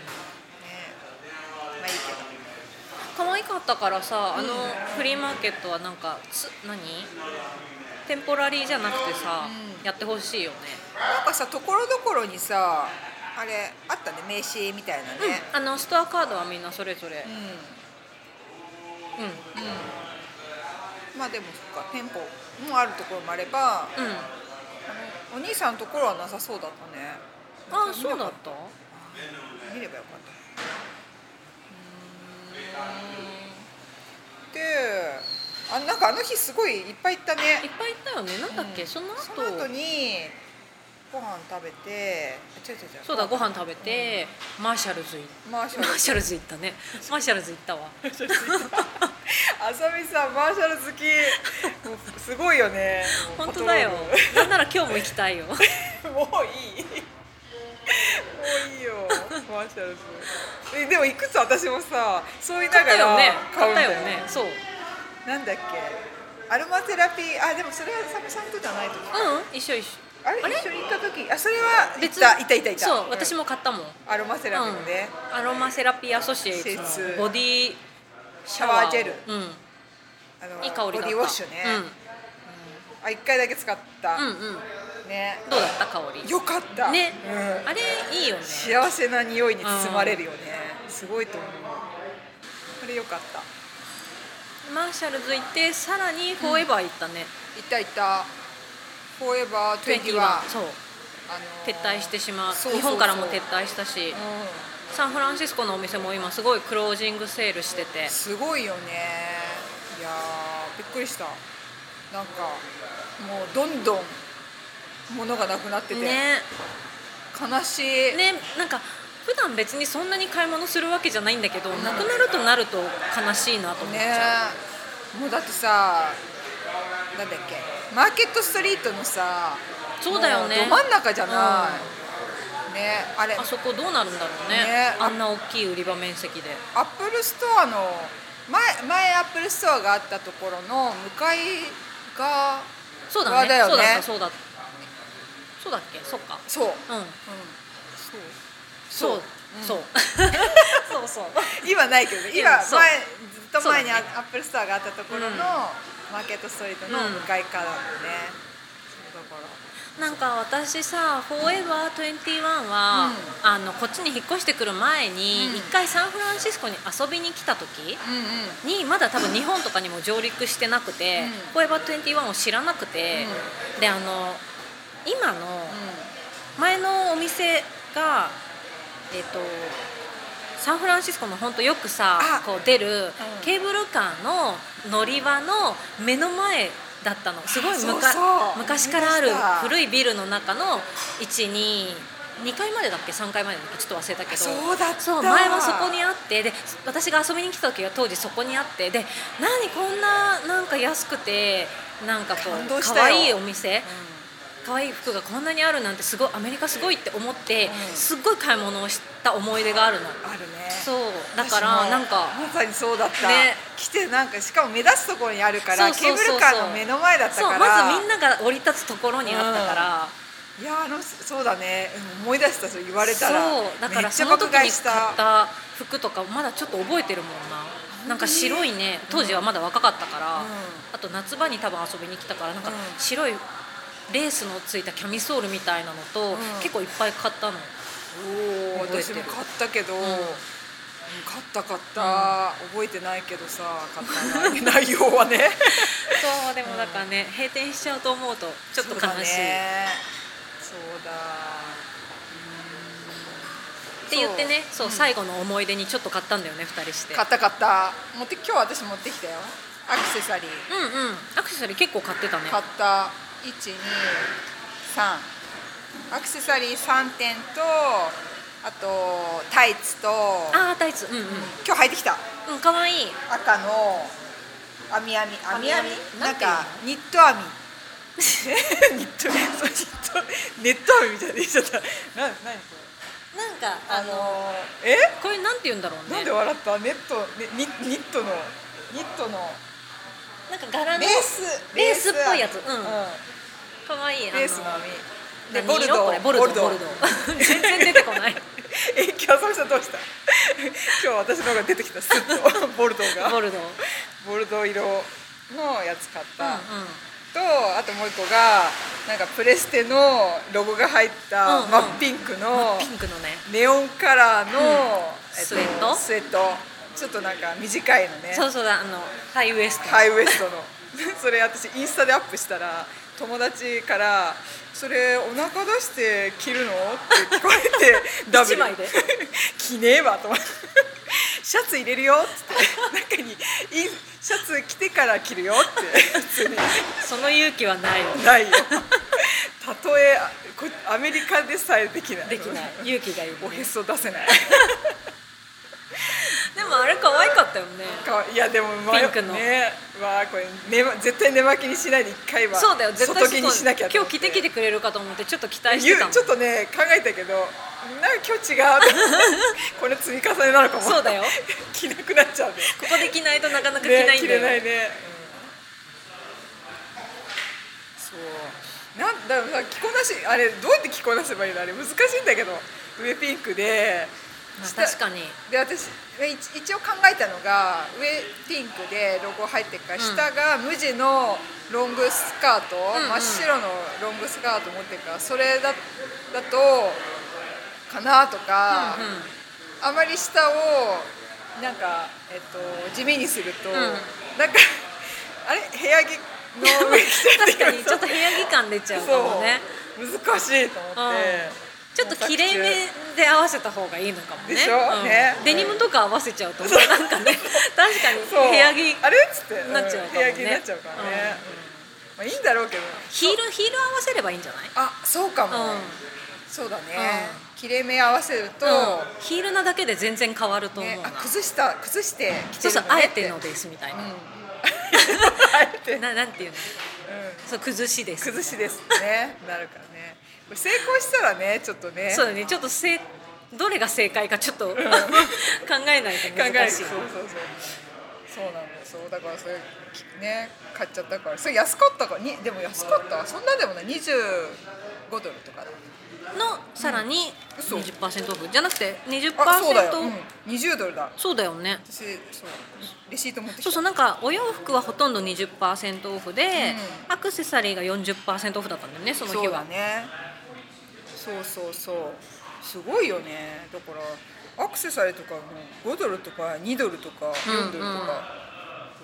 Speaker 2: うん
Speaker 1: まあいいけど。
Speaker 2: 可愛かったからさあの
Speaker 1: うん
Speaker 2: フリーマーケットはなんかつ何テンポラリーじゃなくてさ、
Speaker 1: うん
Speaker 2: やってほしいよね、
Speaker 1: なんかさところどころにさあれあったね名刺みたいなね。
Speaker 2: うん、あのストアカードはみんなそれぞれ、
Speaker 1: うん。
Speaker 2: うん
Speaker 1: まあでもそっか店舗もあるところもあれば。
Speaker 2: うん、
Speaker 1: あのお兄さんのところはなさそうだったね
Speaker 2: ああそうだった
Speaker 1: 見ればよかったうーんであなんかあの日すごいいっぱい行った
Speaker 2: いっ
Speaker 1: ね
Speaker 2: ぱいいたよねなんだっけ、
Speaker 1: うん
Speaker 2: その後
Speaker 1: その後にご飯食べてあ違う違う違う
Speaker 2: そうだご飯食べて、マーシャルズ行っ
Speaker 1: マーシャ
Speaker 2: マ
Speaker 1: ル
Speaker 2: ーシャルズ行ったねマーシャルズ行ったわ
Speaker 1: あさみさんマーシャル好きもうすごいよねもう
Speaker 2: 本当だよ
Speaker 1: パトロール
Speaker 2: なんなら今日も行きたいよ
Speaker 1: もういい。もういいよ。マーシャルズ。え、でもいくつ私もさ、そう言いな
Speaker 2: 買っ
Speaker 1: が
Speaker 2: たよ
Speaker 1: ら
Speaker 2: ね
Speaker 1: 買
Speaker 2: 買
Speaker 1: うんだ
Speaker 2: った
Speaker 1: よ
Speaker 2: よねそうう
Speaker 1: なんだっけ。アロマセラピー、あ、でもそれはサムさんとじゃないと思う。
Speaker 2: うん一緒一緒
Speaker 1: あれ
Speaker 2: あれ
Speaker 1: 一緒に行った時、あ、それは
Speaker 2: 別
Speaker 1: いたいたいたいた。
Speaker 2: そう、
Speaker 1: ん
Speaker 2: 私も買ったもん
Speaker 1: アロマセラピーのね。
Speaker 2: うん、アロマセラピーアソシエイツ
Speaker 1: 施設
Speaker 2: のボディシャワー
Speaker 1: シャワー
Speaker 2: を
Speaker 1: ジェル
Speaker 2: うん
Speaker 1: あの
Speaker 2: いい香りだった
Speaker 1: ボディウォッシュね。あ、一回だけ使った
Speaker 2: うん、う。んうん
Speaker 1: ね。
Speaker 2: どうだった香り
Speaker 1: よかった。
Speaker 2: ね、
Speaker 1: うん
Speaker 2: あれいいよね
Speaker 1: 幸せな匂いに包まれるよね。すごいと思う。これよかった。
Speaker 2: マーシャルズ行ってさらにフォーエバー行ったね、
Speaker 1: いたいた。フォーエバー21
Speaker 2: 21そう
Speaker 1: あのー
Speaker 2: 撤退してしまう
Speaker 1: そうそうそう
Speaker 2: 日本からも撤退したし
Speaker 1: う
Speaker 2: サンフランシスコのお店も今すごいクロージングセールしてて
Speaker 1: ん、すごいよねいやーびっくりしたなんかもうどんどん物がなくなってて、
Speaker 2: ね
Speaker 1: 悲しい、
Speaker 2: ねなんか普段別にそんなに買い物するわけじゃないんだけど、なくなるとなると悲しいなと思っち
Speaker 1: ね
Speaker 2: ゃ
Speaker 1: もうだってさなんだっけマーケットストリートのさ
Speaker 2: そうだよね
Speaker 1: もど真ん中じゃない、ねあれ
Speaker 2: あそこどうなるんだろうね
Speaker 1: ね
Speaker 2: あんな大きい売り場面積で
Speaker 1: アップルストアの前前アップルストアがあったところの向かいが
Speaker 2: そう
Speaker 1: う
Speaker 2: だ
Speaker 1: わ
Speaker 2: ね
Speaker 1: だよね
Speaker 2: そうだったそうだったそうだっけそうか
Speaker 1: そう、うん、
Speaker 2: うん
Speaker 1: そう
Speaker 2: そうそう そうそう
Speaker 1: 今ないけどね今
Speaker 2: いや
Speaker 1: 前ず
Speaker 2: そう
Speaker 1: っと前にあ
Speaker 2: そ
Speaker 1: ア
Speaker 2: う
Speaker 1: ッ
Speaker 2: だ
Speaker 1: プルストアがあったところの、
Speaker 2: うん
Speaker 1: マーケットストリートの向かいからだね、そうだから
Speaker 2: なんか私さ「フォーエバー21は」あのこっちに引っ越してくる前
Speaker 1: うん
Speaker 2: に一回サンフランシスコに遊びに来た時
Speaker 1: うんうん
Speaker 2: にまだ多分日本とかにも上陸してなくて
Speaker 1: うん
Speaker 2: 「フォーエバー21」を知らなくてであの今の前のお店がえっとサンフランシスコの本当よくさ
Speaker 1: あ
Speaker 2: こう出る
Speaker 1: うん
Speaker 2: ケーブルカーの乗り場の目の前だったのすごいむか
Speaker 1: そうそう
Speaker 2: 昔からあ
Speaker 1: 思
Speaker 2: る
Speaker 1: い出した
Speaker 2: 古いビルの中の12 2階までだっけ3階までだっけちょっと忘れたけど
Speaker 1: そうだった
Speaker 2: そう前はそこにあってで私が遊びに来た時は当時そこにあってで何こんななんか安くてなんかこ
Speaker 1: 感
Speaker 2: う
Speaker 1: 動したよ
Speaker 2: 可愛いお店可愛い服がこんなにあるなんてすごいアメリカすごいって思って、
Speaker 1: うん
Speaker 2: すっごい買い物をした思い出があるの、
Speaker 1: あるね
Speaker 2: そううだからなんか
Speaker 1: まさにそうだった、
Speaker 2: ね
Speaker 1: 来てなんかしかも目立つところにあるから
Speaker 2: そうそうそうそ
Speaker 1: ケーブ
Speaker 2: う
Speaker 1: ルカーの目の前だった
Speaker 2: そう
Speaker 1: から
Speaker 2: まずみんなが降り立つところにあったから、
Speaker 1: いやあのそうだねうん思い出したそう言われたら
Speaker 2: そうだから
Speaker 1: めっち
Speaker 2: そ
Speaker 1: ゃ
Speaker 2: の時
Speaker 1: 爆
Speaker 2: に買
Speaker 1: 買
Speaker 2: っ
Speaker 1: いした
Speaker 2: た服とかまだちょっと覚えてるもんななんか白いね当時はまだ若かったから、
Speaker 1: うん
Speaker 2: あと夏場に多分遊びに来たからなんか
Speaker 1: うん
Speaker 2: 白いレースのついたキャミソールみたいなのと、
Speaker 1: ん
Speaker 2: 結構いっぱい買ったの
Speaker 1: おお
Speaker 2: 覚え
Speaker 1: 私
Speaker 2: て
Speaker 1: も
Speaker 2: る
Speaker 1: 買ったけど、
Speaker 2: ん
Speaker 1: うん買った買った、覚えてないけどさ買ったな 内容はね
Speaker 2: そうでもだからね、閉店しちゃうと思うと ちょっと悲
Speaker 1: そうだ
Speaker 2: しい、
Speaker 1: ねそうだ
Speaker 2: って言ってねそう、最後の思い出にちょっと買ったんだよね2人して
Speaker 1: 買った買った持って今日私持ってきたよアクセサリー
Speaker 2: うんうんアクセサリー結構買ってたね
Speaker 1: 買った123アクセサリー3点とあとタイツと
Speaker 2: ああタイツうんうん
Speaker 1: 今日履いてきた
Speaker 2: うん可愛いい
Speaker 1: 赤の編み編み編み編
Speaker 2: 編み編み
Speaker 1: みなん
Speaker 2: なん
Speaker 1: か
Speaker 2: て
Speaker 1: ニット編み ニットそうニットネット編みみたいに言っちゃったな何こ
Speaker 2: なんか
Speaker 1: れ
Speaker 2: あの
Speaker 1: え
Speaker 2: これなんて言うんだろうね
Speaker 1: なんで笑ったネットねニニットのニットの
Speaker 2: なんか柄の
Speaker 1: レース
Speaker 2: レースっぽいやつ
Speaker 1: う
Speaker 2: うん
Speaker 1: ん
Speaker 2: 可愛いいあの
Speaker 1: レースの編みで
Speaker 2: 何
Speaker 1: ボルド
Speaker 2: 色こ
Speaker 1: ー
Speaker 2: れボルドーボルドー 全然出てこない
Speaker 1: え今日浅見さんどうした今日私の方が出てきたスッ とボルドーが
Speaker 2: ボルドー
Speaker 1: ボルドー色のやつ買っ
Speaker 2: う
Speaker 1: た、
Speaker 2: んうん
Speaker 1: とあともう一個がなんかプレステのロゴが入った
Speaker 2: うんうん
Speaker 1: 真っピンクの
Speaker 2: ピンクのね
Speaker 1: ネオンカラーの、
Speaker 2: うん
Speaker 1: えっと
Speaker 2: スウェット
Speaker 1: スウェットちょっとなんか短いのね
Speaker 2: そうそうだあのハイウエストの
Speaker 1: ハイウエストの それ私インスタでアップしたら友達から「それお腹出して着るの?」って聞こえてダブル
Speaker 2: 一枚で
Speaker 1: 着ねえわと思って シャツ入れるよっつって中 にインシャツ着てから着るよって普通に
Speaker 2: その勇気はないよ
Speaker 1: ないよたとえあこアメリカでさえできない
Speaker 2: できない勇気がいる
Speaker 1: おへそ出せない
Speaker 2: でもあれ可愛かったよね
Speaker 1: かいやでもまあ
Speaker 2: ピンクの
Speaker 1: ねわあこれ寝ま絶対寝巻きにしないで一回は
Speaker 2: そうだよ絶対
Speaker 1: 外着にしなきゃと
Speaker 2: 今
Speaker 1: 思
Speaker 2: 日着てきてくれるかと思ってちょっと期待して
Speaker 1: 言
Speaker 2: た
Speaker 1: う
Speaker 2: もん
Speaker 1: ちょっとね考えたけどなんか今 日違うこれ積み重ねなのかも
Speaker 2: そうだよ
Speaker 1: 着なくなっちゃうね
Speaker 2: ここで着ないとなかなか着ないん
Speaker 1: 着
Speaker 2: だ
Speaker 1: れ
Speaker 2: よ、
Speaker 1: ないね、そうなんだからさ着こなしあれどうやって着こなせばいいのあれ難しいんだけど上ピンクで
Speaker 2: まあ
Speaker 1: 下
Speaker 2: 確かに
Speaker 1: で私え一一応考えたのが上ピンクでロゴ入ってるから、
Speaker 2: うん
Speaker 1: 下が無地のロングスカート、
Speaker 2: んうん
Speaker 1: 真っ白のロングスカート持ってるからそれだだとかなとか、
Speaker 2: う
Speaker 1: あまり下をなんか、えっと、地味にすると、
Speaker 2: ん
Speaker 1: なんか あれ部屋着の上着
Speaker 2: ん、確
Speaker 1: て
Speaker 2: かにちょっと部屋着感出ちゃうかもね
Speaker 1: そう難しいと思って、
Speaker 2: ちょっときれいめで合わせた方がいいのかもね
Speaker 1: でしょ
Speaker 2: うん
Speaker 1: ね
Speaker 2: デニムとか合わせちゃうとなんかね確かに
Speaker 1: そう
Speaker 2: 部屋着
Speaker 1: あれっつって
Speaker 2: なっちゃう
Speaker 1: ん
Speaker 2: かもね
Speaker 1: 部屋着になっちゃうからね、まあ、いいんだろうけど
Speaker 2: ヒールヒール合わせればいいんじゃない、
Speaker 1: あそうかも、
Speaker 2: うん
Speaker 1: そうだね、
Speaker 2: う
Speaker 1: 切れ目合わせると、
Speaker 2: うんヒールなだけで全然変わると思う
Speaker 1: ね、
Speaker 2: な、
Speaker 1: あ崩した崩して着て
Speaker 2: そう
Speaker 1: る
Speaker 2: そ
Speaker 1: の
Speaker 2: う
Speaker 1: ね
Speaker 2: あえて
Speaker 1: っ
Speaker 2: のですみたい
Speaker 1: うん、
Speaker 2: な、
Speaker 1: あえて
Speaker 2: ななんていうのそう崩しです
Speaker 1: 崩しですねなるからねこれ成功したらねちょっとね
Speaker 2: そうだねちょっとせいどれが正解かちょっと考
Speaker 1: 考えるそそうそうそ
Speaker 2: えないと難しいう
Speaker 1: うなんだよそうだからそれね買っちゃったからそれ安かったからにでも安かったそんなでもない25ドルとかだ
Speaker 2: のさらに
Speaker 1: 嘘
Speaker 2: 20%オフじゃなくて20%
Speaker 1: あそうだよ、うん、20ドルだ
Speaker 2: そうだよね
Speaker 1: 私そうレシート持ってきた
Speaker 2: そうそうなんかお洋服はほとんど20%オフで、アクセサリーが40%オフだったんだよねその日
Speaker 1: そうだ
Speaker 2: は
Speaker 1: ねそうそうそうすごいよねだからアクセサリーとかも5ドルとか2ドルとか4ドルとか、
Speaker 2: うんうん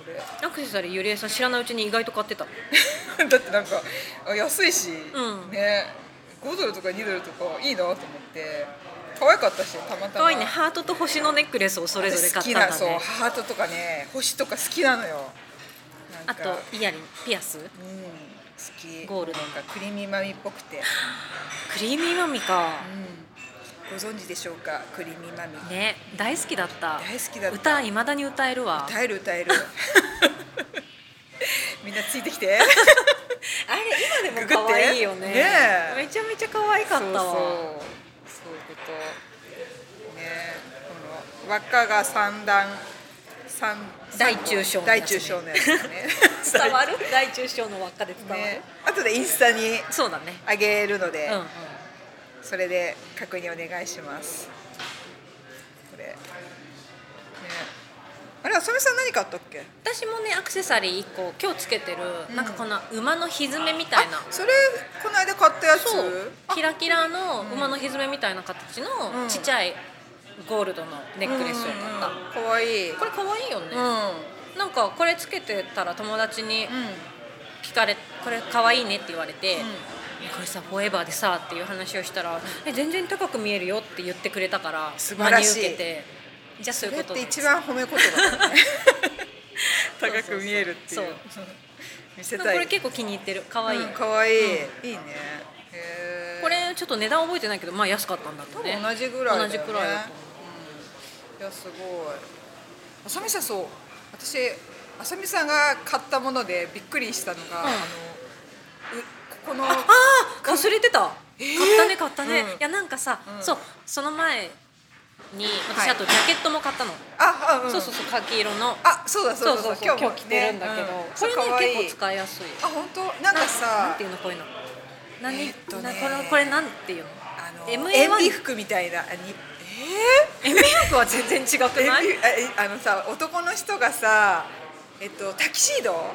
Speaker 1: これ
Speaker 2: アクセサリーゆりえさん知らないうちに意外と買って た
Speaker 1: だってなんかあ安いし、
Speaker 2: うん
Speaker 1: ね5ドルとか2ドルとかいいなと思って可愛かったしたまたま
Speaker 2: 可愛いねハートと星のネックレスをそれぞれ買ったん
Speaker 1: 私
Speaker 2: だ
Speaker 1: 好きな
Speaker 2: ね
Speaker 1: そうハートとかね星とか好きなのよな
Speaker 2: あ
Speaker 1: ん
Speaker 2: と
Speaker 1: か
Speaker 2: イヤリンピアス
Speaker 1: うん好き
Speaker 2: ゴールド
Speaker 1: なんかクリーミーマミっぽくて、
Speaker 2: クリーミーマミか
Speaker 1: うん、ご存知でしょうかクリーミーマミ
Speaker 2: ね大好きだった
Speaker 1: 大好きだった
Speaker 2: 歌いまだに歌えるわ
Speaker 1: 歌える歌 えるみんなついてきて
Speaker 2: あれ今でも
Speaker 1: ググっ
Speaker 2: 可
Speaker 1: て
Speaker 2: 愛いよね
Speaker 1: ねえ
Speaker 2: めちゃめちゃ可愛かったわ
Speaker 1: そうそうそういうことねこの輪っかが三段三
Speaker 2: 大中小のや
Speaker 1: 大
Speaker 2: つね
Speaker 1: 中小のやつ だね
Speaker 2: 伝わる大中小の輪っかで伝わる、
Speaker 1: ね後でインスタに
Speaker 2: そうだね
Speaker 1: あげるので、
Speaker 2: うんうん
Speaker 1: それで確認お願いしますこれねあれあさみさん何買ったっけ
Speaker 2: 私もねアクセサリー1個今日つけてる、
Speaker 1: うん
Speaker 2: なんかこの馬のひずめみたいな
Speaker 1: あそれこの間買ったやつ
Speaker 2: そう
Speaker 1: あ
Speaker 2: キラキラの馬のひずめみたいな形の
Speaker 1: うん
Speaker 2: ちっちゃいゴールドのネックレスを買った、
Speaker 1: うんうんかわいい
Speaker 2: これ可愛いよね、
Speaker 1: う
Speaker 2: なんかこれつけてたら友達に
Speaker 1: ん、うん、
Speaker 2: 聞かれこれ可愛いねって言われて、
Speaker 1: ん
Speaker 2: えこれさフォーエバーでさっていう話をしたらえ全然高く見えるよって言ってくれたから
Speaker 1: 素晴らしい
Speaker 2: 真に受けてじゃあそう
Speaker 1: そ
Speaker 2: いう
Speaker 1: れ
Speaker 2: こ
Speaker 1: っ
Speaker 2: と
Speaker 1: て一番褒め言葉だ ね高く見えるっていう
Speaker 2: そう
Speaker 1: 見
Speaker 2: で
Speaker 1: せ
Speaker 2: も
Speaker 1: たい
Speaker 2: これ結構気に入ってる可愛い、
Speaker 1: うんかわいい、いいねへー
Speaker 2: これちょっと値段覚えてないけどまあ安かったんだろ
Speaker 1: 多
Speaker 2: うね
Speaker 1: 分同じぐらいだよね
Speaker 2: 同じくらいだと思
Speaker 1: うんいやすごいあさみさんそう私あさみさんが買ったものでびっくりしたのが、
Speaker 2: うん
Speaker 1: あのうここの
Speaker 2: ああー忘れてた、買ったね買ったね、
Speaker 1: うん
Speaker 2: いやなんかさ、
Speaker 1: うん
Speaker 2: そうその前に
Speaker 1: はい
Speaker 2: 私あとジャケットも買ったの、
Speaker 1: ああ、ん
Speaker 2: そうそうそうkhaki 色の
Speaker 1: あそうだそうだ
Speaker 2: そうそうそ
Speaker 1: 今
Speaker 2: う今
Speaker 1: 日
Speaker 2: 日
Speaker 1: もね
Speaker 2: 着てるんだけど、
Speaker 1: うん
Speaker 2: これね
Speaker 1: そう可愛い
Speaker 2: 結構使いやすい
Speaker 1: あ本当なんか
Speaker 2: な
Speaker 1: さ
Speaker 2: んていうのこういうの何、
Speaker 1: えーっとね
Speaker 2: なこれこれなんていうの
Speaker 1: あの
Speaker 2: MA1
Speaker 1: 塩ビ服みたいなあにえ
Speaker 2: エミヤクは全然違く
Speaker 1: ー、
Speaker 2: ない、うん、
Speaker 1: 塩ビあえあのさ男の人がさえっとタキシード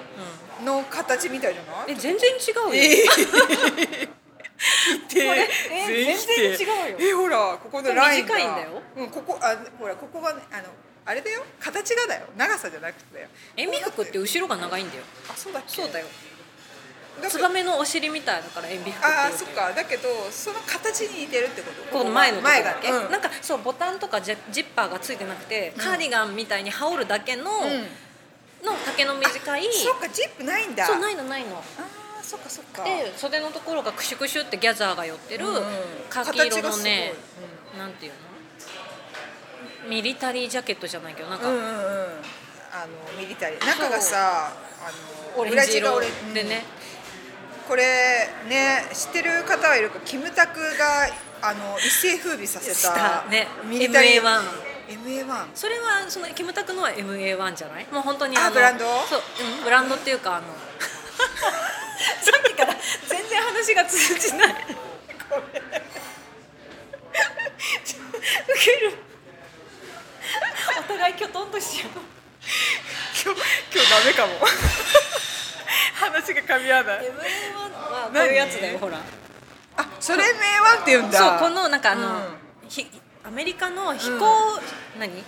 Speaker 1: の形みたいじゃない
Speaker 2: え全然違うよ、
Speaker 1: えて
Speaker 2: これえ全然違うよ
Speaker 1: えほらここのラインが
Speaker 2: これ短いんだよ
Speaker 1: うんここあほらここがねあのあれだよ形がだよ長さじゃなくてだよ
Speaker 2: エミ服って後ろが長いんだよ
Speaker 1: あそうだっけ
Speaker 2: そうだよ
Speaker 1: だ
Speaker 2: ツ
Speaker 1: け
Speaker 2: バ
Speaker 1: ど
Speaker 2: メのお尻みたいだからエミ服って
Speaker 1: あ
Speaker 2: い
Speaker 1: ー
Speaker 2: う
Speaker 1: そっかだけどその形に似てるってこと
Speaker 2: この前のとこ
Speaker 1: 前
Speaker 2: だ
Speaker 1: が
Speaker 2: け、
Speaker 1: うん
Speaker 2: なんかそうボタンとかジャジッパーがついてなくて、カーディガンみたいに羽織るだけの、
Speaker 1: うん
Speaker 2: の丈の短い
Speaker 1: そっかジップないんだ
Speaker 2: そうないのないの
Speaker 1: あーそっかそっか
Speaker 2: で袖のところがクシュクシュってギャザーが寄ってる、
Speaker 1: うんうん
Speaker 2: 柿色
Speaker 1: 形が
Speaker 2: の
Speaker 1: すごい
Speaker 2: ね、なんていうのミリタリージャケットじゃないけどなん
Speaker 1: う
Speaker 2: か、
Speaker 1: んうんうんあのミリタリー中がさあの
Speaker 2: オレンジ
Speaker 1: 裏地がオ
Speaker 2: 色
Speaker 1: レン
Speaker 2: でね、
Speaker 1: これね知ってる方はいるかキムタクがあの一世風靡させ
Speaker 2: した
Speaker 1: た
Speaker 2: ね
Speaker 1: ミリタリー
Speaker 2: MA1
Speaker 1: MA1
Speaker 2: それはそのキムタクのは MA1 じゃないもう本当にあの
Speaker 1: あブランド
Speaker 2: そう、うん、ブランドっていう かあのさっきから全然話が通じ ないウケるお互いきょとんとしちゃう
Speaker 1: 今日今日ダメかも 話が噛み合わな
Speaker 2: MA1 はこういうやつだよ
Speaker 1: 何
Speaker 2: ほら
Speaker 1: あそれ MA1 って言うんだ
Speaker 2: そうこのなんかあの、
Speaker 1: うん
Speaker 2: ひアメリカの飛行、何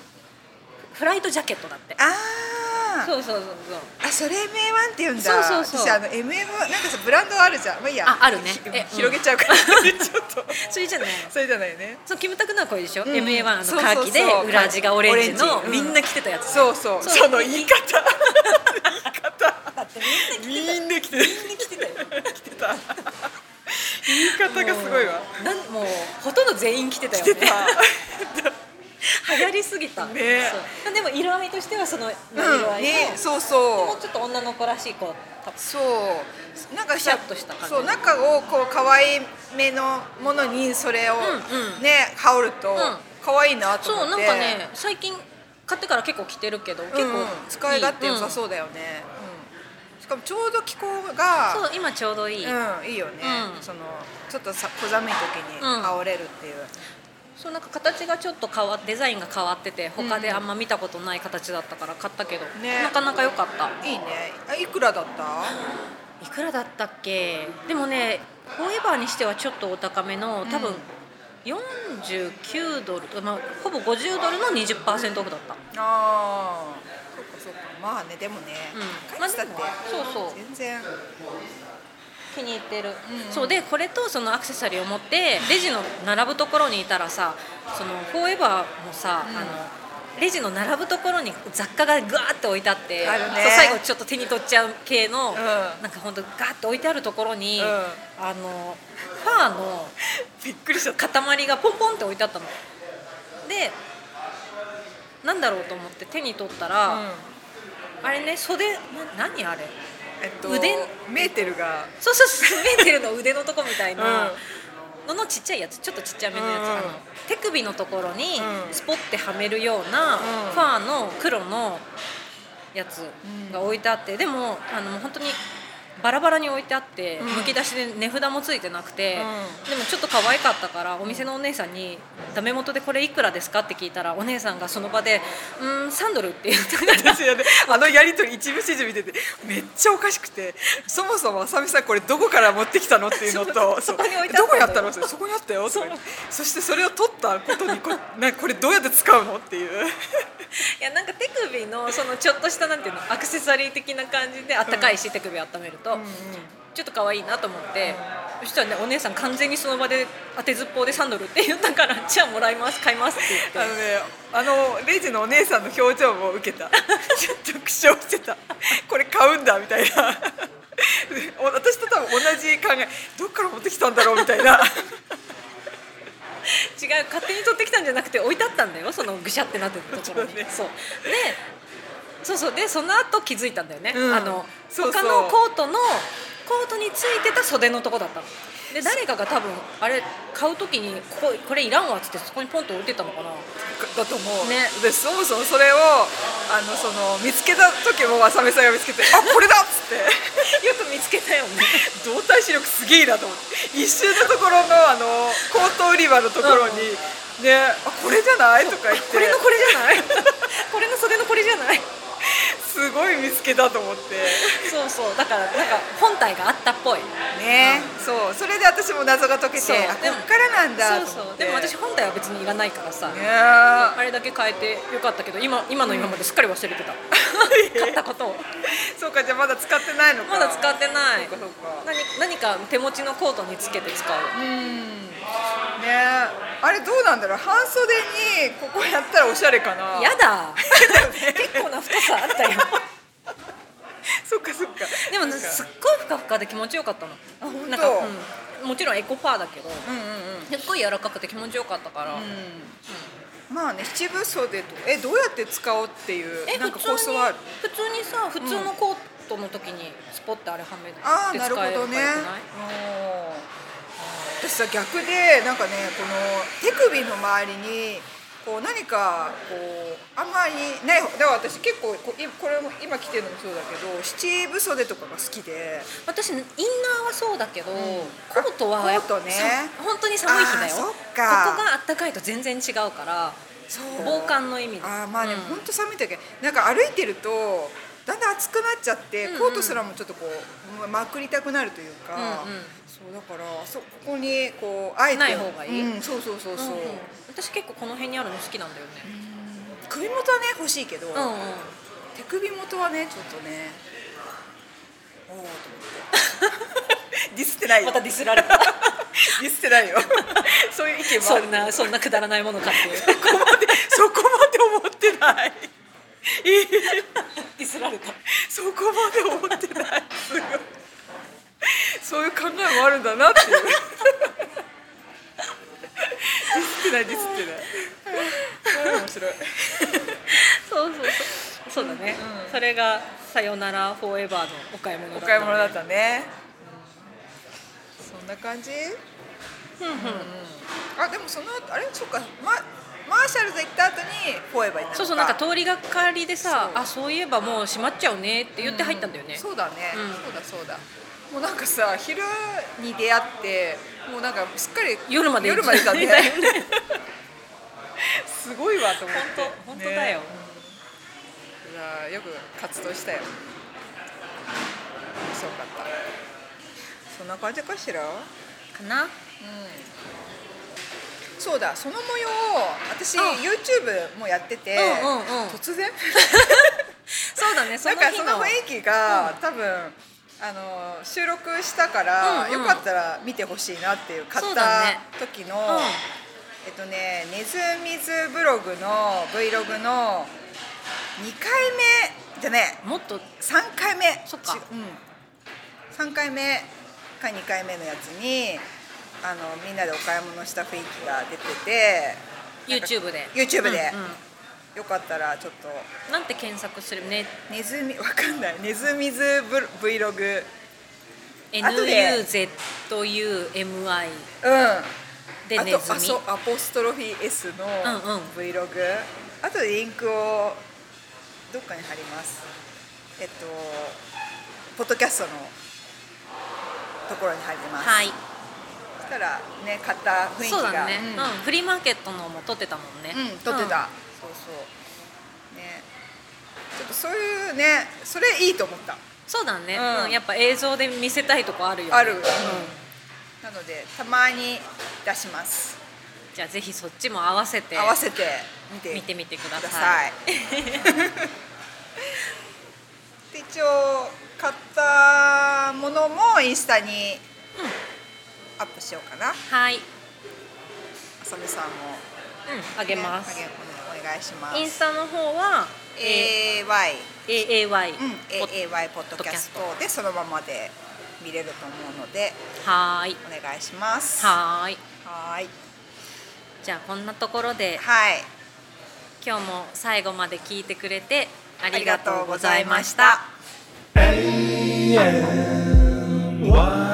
Speaker 2: フライトジャケットだって
Speaker 1: あー
Speaker 2: そうそうそうそ
Speaker 1: あ
Speaker 2: う
Speaker 1: それ MA1 って言うんだ
Speaker 2: そうそうそう
Speaker 1: 私あの MA1 なんかさブランドあるじゃんまあいいや
Speaker 2: ああるね
Speaker 1: ひ
Speaker 2: えうん
Speaker 1: 広げちゃうから ちょっと
Speaker 2: それじゃない
Speaker 1: それじゃないよね
Speaker 2: そうキムタクのはこれでしょ、
Speaker 1: ん
Speaker 2: MA1 あの
Speaker 1: そうそう
Speaker 2: カ
Speaker 1: そう
Speaker 2: ーキで裏地がオレンジの
Speaker 1: オレンジうん
Speaker 2: みんな着てたやつ
Speaker 1: そうそう
Speaker 2: そう
Speaker 1: その言い方
Speaker 2: だって
Speaker 1: みんな来て
Speaker 2: みんな着てたよ
Speaker 1: 来てた言い方がすごいわ
Speaker 2: なんもうほとんど全員着てたよ
Speaker 1: 来て
Speaker 2: ね
Speaker 1: た
Speaker 2: 初やりすぎた、
Speaker 1: ね
Speaker 2: そうでも色合いとしてはその色合いの、
Speaker 1: うんね、そう
Speaker 2: でも
Speaker 1: そう
Speaker 2: ちょっと女の子らしいこう
Speaker 1: そうなんか
Speaker 2: シャッとした感じ
Speaker 1: そう中をこう可愛めのものにそれを
Speaker 2: うんうん
Speaker 1: ね羽織ると
Speaker 2: ん
Speaker 1: 可愛いなと
Speaker 2: そう
Speaker 1: 思って、
Speaker 2: なんかね最近買ってから結構着てるけど、結
Speaker 1: うん
Speaker 2: 構
Speaker 1: うん使い勝手良さ
Speaker 2: う
Speaker 1: そ
Speaker 2: ん
Speaker 1: うだよね、うんしかもちょうど気候が
Speaker 2: そう今ちょうどいい、
Speaker 1: うん、いいよね、
Speaker 2: うん
Speaker 1: そのちょっとさ小寒い時に
Speaker 2: うん
Speaker 1: 煽れるっていう、
Speaker 2: そうなんか形がちょっと変わデザインが変わってて他であんま見たことない形だったから買ったけど、
Speaker 1: ね
Speaker 2: なかなか良かった
Speaker 1: いいねあいくらだった
Speaker 2: いくらだったっけでもねフォーエバーにしてはちょっとお高めの多分
Speaker 1: うん
Speaker 2: 49ドルと、まあ、ほぼ50ドルの20%オフだった、
Speaker 1: ああそっかそっかまあねでもね、
Speaker 2: うん
Speaker 1: 返したって、
Speaker 2: まあでもそうそう
Speaker 1: 全然
Speaker 2: 気に入ってる、
Speaker 1: うん
Speaker 2: そうでこれとそのアクセサリーを持ってレジの並ぶところにいたらさそのフォーエバーもさ、
Speaker 1: うん
Speaker 2: あのレジの並ぶところに雑貨がぐわーって置いてあって
Speaker 1: あるね
Speaker 2: そう最後ちょっと手に取っちゃう系の、
Speaker 1: ん
Speaker 2: なんかほんとガーって置いてあるところに、
Speaker 1: うん
Speaker 2: あのファーの
Speaker 1: びっくりしちゃった
Speaker 2: 塊がポンポンって置いてあったの。でなんだろうと思って手に取ったら、
Speaker 1: うん
Speaker 2: あれね袖な何あれ
Speaker 1: えっと
Speaker 2: 腕
Speaker 1: メーテルが
Speaker 2: そうそうそう滑ってるの腕のとこみたいな、
Speaker 1: うん
Speaker 2: ののちっちゃいやつちょっとちっちゃめのやつ、
Speaker 1: うんうん
Speaker 2: あの手首のところに
Speaker 1: うん
Speaker 2: スポッてはめるような
Speaker 1: うん
Speaker 2: ファーの黒のやつが置いてあって、でもあのもう本当にバラバラに置いてあって、
Speaker 1: うん
Speaker 2: むき出しで値札もついてなくて、
Speaker 1: う
Speaker 2: でもちょっと可愛かったからお店のお姉さんに「ダメ元でこれいくらですか?」って聞いたらお姉さんがその場で「うーん3ドル」って言ったから
Speaker 1: 私はねあのやり取り一部始終見ててめっちゃおかしくてそもそも浅見さんこれどこから持ってきたのっていうのと
Speaker 2: そう
Speaker 1: そう
Speaker 2: そこに置いてあった
Speaker 1: ど
Speaker 2: の
Speaker 1: こやったのってそこにあったよそそしてそれを取ったことにこ なこれどうやって使うのっていう
Speaker 2: いやなんか手首のそのちょっとしたなんていうのアクセサリー的な感じであったかいし、手首温めると、ちょっと可愛いなと思って、そしたらねお姉さん完全にその場で当てずっぽうで3ドルって言ったからじゃあもらいます買いますって
Speaker 1: あ
Speaker 2: 言
Speaker 1: の
Speaker 2: って。
Speaker 1: ねあのレジのお姉さんの表情も受けたちょっと苦笑してたこれ買うんだみたいな私と多分同じ考えどっから持ってきたんだろうみたいな
Speaker 2: 違う勝手に取ってきたんじゃなくて置いてあったんだよそのぐしゃってなってるところに
Speaker 1: そうだね
Speaker 2: そうでそうそうでその後気づいたんだよね、
Speaker 1: うん
Speaker 2: あの
Speaker 1: そうそう
Speaker 2: 他のコートのコートについてた袖のとこだったので誰かが多分あれ買う時にこここれいらんわっつってそこにポンと置いてた のかな
Speaker 1: だと思う、
Speaker 2: ね
Speaker 1: でそもそもそれをあのその見つけた時も浅見さんが見つけて「あこれだ!」っつって。
Speaker 2: よく見つけたよね
Speaker 1: 動体視力すげえなと思って一周のところのあのコート売り場のところに、ねあこれじゃないとか言って
Speaker 2: これのこれじゃないこれの袖のこれじゃない
Speaker 1: すごい見つけたと思って
Speaker 2: そうそうだからなんか本体があったっぽい
Speaker 1: ね、そうそれで私も謎が解けて
Speaker 2: そう
Speaker 1: あこ
Speaker 2: でも
Speaker 1: っからなんだと
Speaker 2: そう
Speaker 1: 思
Speaker 2: そう
Speaker 1: って
Speaker 2: でも私本体は別にいらないからさ、
Speaker 1: ね
Speaker 2: あれだけ変えてよかったけど今今の今まですっかり忘れてた、買ったことを
Speaker 1: そうかじゃあまだ使ってないのか
Speaker 2: まだ使ってない
Speaker 1: そうかそうか
Speaker 2: 何何か手持ちのコートにつけて使う
Speaker 1: ねあれどうなんだろう半袖にここやったらおしゃれかな
Speaker 2: や だ結構な太さあったよ
Speaker 1: そっかそっか
Speaker 2: でもね
Speaker 1: そっか
Speaker 2: すっごいふかふかで気持ちよかったの
Speaker 1: あ本当
Speaker 2: なんか、うんもちろんエコパーだけど
Speaker 1: うんうんうん
Speaker 2: すっごい柔らかくて気持ちよかったから、
Speaker 1: まあね七分袖とえどうやって使おうっていう
Speaker 2: え
Speaker 1: なんか
Speaker 2: 普通
Speaker 1: 構
Speaker 2: に
Speaker 1: 想はある
Speaker 2: 普通にさ普通のコートの時にスポッてあれはめて
Speaker 1: ああ
Speaker 2: 使
Speaker 1: な
Speaker 2: え
Speaker 1: るほ
Speaker 2: るからよ
Speaker 1: ど
Speaker 2: く
Speaker 1: ね
Speaker 2: ない
Speaker 1: うん私さ逆でなんかねこの手首の周りにこう何かこうあんまりないだから私結構こういこれも今着てるのもそうだけど七分袖とかが好きで
Speaker 2: 私インナーはそうだけど、コート
Speaker 1: あ
Speaker 2: はやっぱ
Speaker 1: コートね
Speaker 2: さ本当に寒い日だ
Speaker 1: あ
Speaker 2: よ
Speaker 1: ーそっか
Speaker 2: ここがあったかいと全然違うから
Speaker 1: そう
Speaker 2: 防寒の意味で
Speaker 1: あーまあね、
Speaker 2: うん
Speaker 1: ほんと寒い時なんか歩いてるとだんだん暑くなっちゃって、
Speaker 2: うんうん
Speaker 1: コートすらもちょっとこうまくりたくなるというか、
Speaker 2: うんうん
Speaker 1: そうだからそここにこうあえて
Speaker 2: ない方がいい
Speaker 1: うん、そうそうそうそう、
Speaker 2: うんうん私結構この辺にあるの好きなんだよね
Speaker 1: 首元はね欲しいけど、
Speaker 2: うんうん
Speaker 1: 手首元はねちょっと ねおおと思って ディスってないよ
Speaker 2: またディスられた
Speaker 1: ディスってない よそういう意見もあ
Speaker 2: そ
Speaker 1: る
Speaker 2: んなそんなくだらないものかっていう
Speaker 1: そこまでそこまで思ってない
Speaker 2: ディスられた
Speaker 1: そこまで思ってないすごいそういう考えもあるんだな っていうディスってないディスってない 白い面白い
Speaker 2: そうそうそうそうだね、
Speaker 1: うん
Speaker 2: それが「さよならフォーエバー」のお買い物だ
Speaker 1: お
Speaker 2: った
Speaker 1: 買い物だったねそんな感じ
Speaker 2: うんうん
Speaker 1: あでもその後あれそっかママーシャルズ行った後にフォーエバー行ったのか
Speaker 2: そうそうなんか通りがかりでさ
Speaker 1: そう
Speaker 2: あそういえばもう閉まっちゃうねって言って入ったんだよ
Speaker 1: う
Speaker 2: ね、
Speaker 1: そうだね、
Speaker 2: うん
Speaker 1: そうだそうだもうなんかさ昼に出会ってもうなんかすっかり
Speaker 2: 夜まで
Speaker 1: 夜までだね
Speaker 2: いた よね
Speaker 1: すごいわと思って
Speaker 2: 本当本当だよ、
Speaker 1: ねいやーよく活動したよ面白かったそんな感じかしら
Speaker 2: かな
Speaker 1: そうだその模様を私
Speaker 2: あ
Speaker 1: YouTube もやってて、
Speaker 2: うんうんうん
Speaker 1: 突然
Speaker 2: そう だねそ
Speaker 1: なん
Speaker 2: の
Speaker 1: か
Speaker 2: 日
Speaker 1: そ
Speaker 2: の
Speaker 1: の雰囲気が、多分あの収録したから、
Speaker 2: うんうん
Speaker 1: よかったら見てほしいなっていう買
Speaker 2: そ
Speaker 1: っ
Speaker 2: う
Speaker 1: た
Speaker 2: だね
Speaker 1: 時の、
Speaker 2: うん
Speaker 1: えっとね「ねずみずブログ」の Vlog の2回目じゃね
Speaker 2: もっと
Speaker 1: 3回目
Speaker 2: そっか
Speaker 1: ちうん、3回目か2回目のやつにあのみんなでお買い物した雰囲気が出てて
Speaker 2: YouTube で
Speaker 1: YouTube で
Speaker 2: うんうん
Speaker 1: よかったらちょっと
Speaker 2: なんて検索するね
Speaker 1: ネズミわかんないネズミズブロ Vlog 後で
Speaker 2: NUZUMI
Speaker 1: うん
Speaker 2: で
Speaker 1: あ
Speaker 2: ネ
Speaker 1: と
Speaker 2: ズ
Speaker 1: あ
Speaker 2: ミ
Speaker 1: そうアポストロフィー S の
Speaker 2: うんうん
Speaker 1: Vlog、あとでリンクをどっかに貼りますえっとポッドキャストのところに貼ります、
Speaker 2: はい
Speaker 1: そしたらね買った雰囲気
Speaker 2: そう
Speaker 1: が
Speaker 2: だね、うんフリーマーケットのも撮ってたもんね
Speaker 1: うん、うん、撮ってた、そうそうねちょっとそういうねそれいいと思った
Speaker 2: そうだね、
Speaker 1: うん
Speaker 2: うんやっぱ映像で見せたいとこあるよ、ね、
Speaker 1: ある
Speaker 2: うん
Speaker 1: なのでたまに出します
Speaker 2: じゃあぜひそっちも合わせて
Speaker 1: 合わせて見て
Speaker 2: 見てみてくだ
Speaker 1: くだ
Speaker 2: さ
Speaker 1: さ
Speaker 2: い
Speaker 1: い。 で一応買ったものもインスタにアップしようかな。
Speaker 2: はい、うん、
Speaker 1: 浅見さんも、
Speaker 2: あげます、
Speaker 1: ねあげお願いしま
Speaker 2: イン
Speaker 1: す。
Speaker 2: スタの方は、え
Speaker 1: A Y う
Speaker 2: ー、AAY、
Speaker 1: ん
Speaker 2: お
Speaker 1: A A Y ポッドキャストでそのままで見れると思うので
Speaker 2: はーい
Speaker 1: お願いします。
Speaker 2: はーい
Speaker 1: はーい
Speaker 2: じゃあこんなところで
Speaker 1: はい
Speaker 2: 今日も最後まで聞いてくれてあ
Speaker 1: あり
Speaker 2: り
Speaker 1: が
Speaker 2: が
Speaker 1: と
Speaker 2: と
Speaker 1: う
Speaker 2: う
Speaker 1: ご
Speaker 2: ご
Speaker 1: ざ
Speaker 2: ざ
Speaker 1: い
Speaker 2: い
Speaker 1: ま
Speaker 2: ま
Speaker 1: し
Speaker 2: したた。
Speaker 3: AM.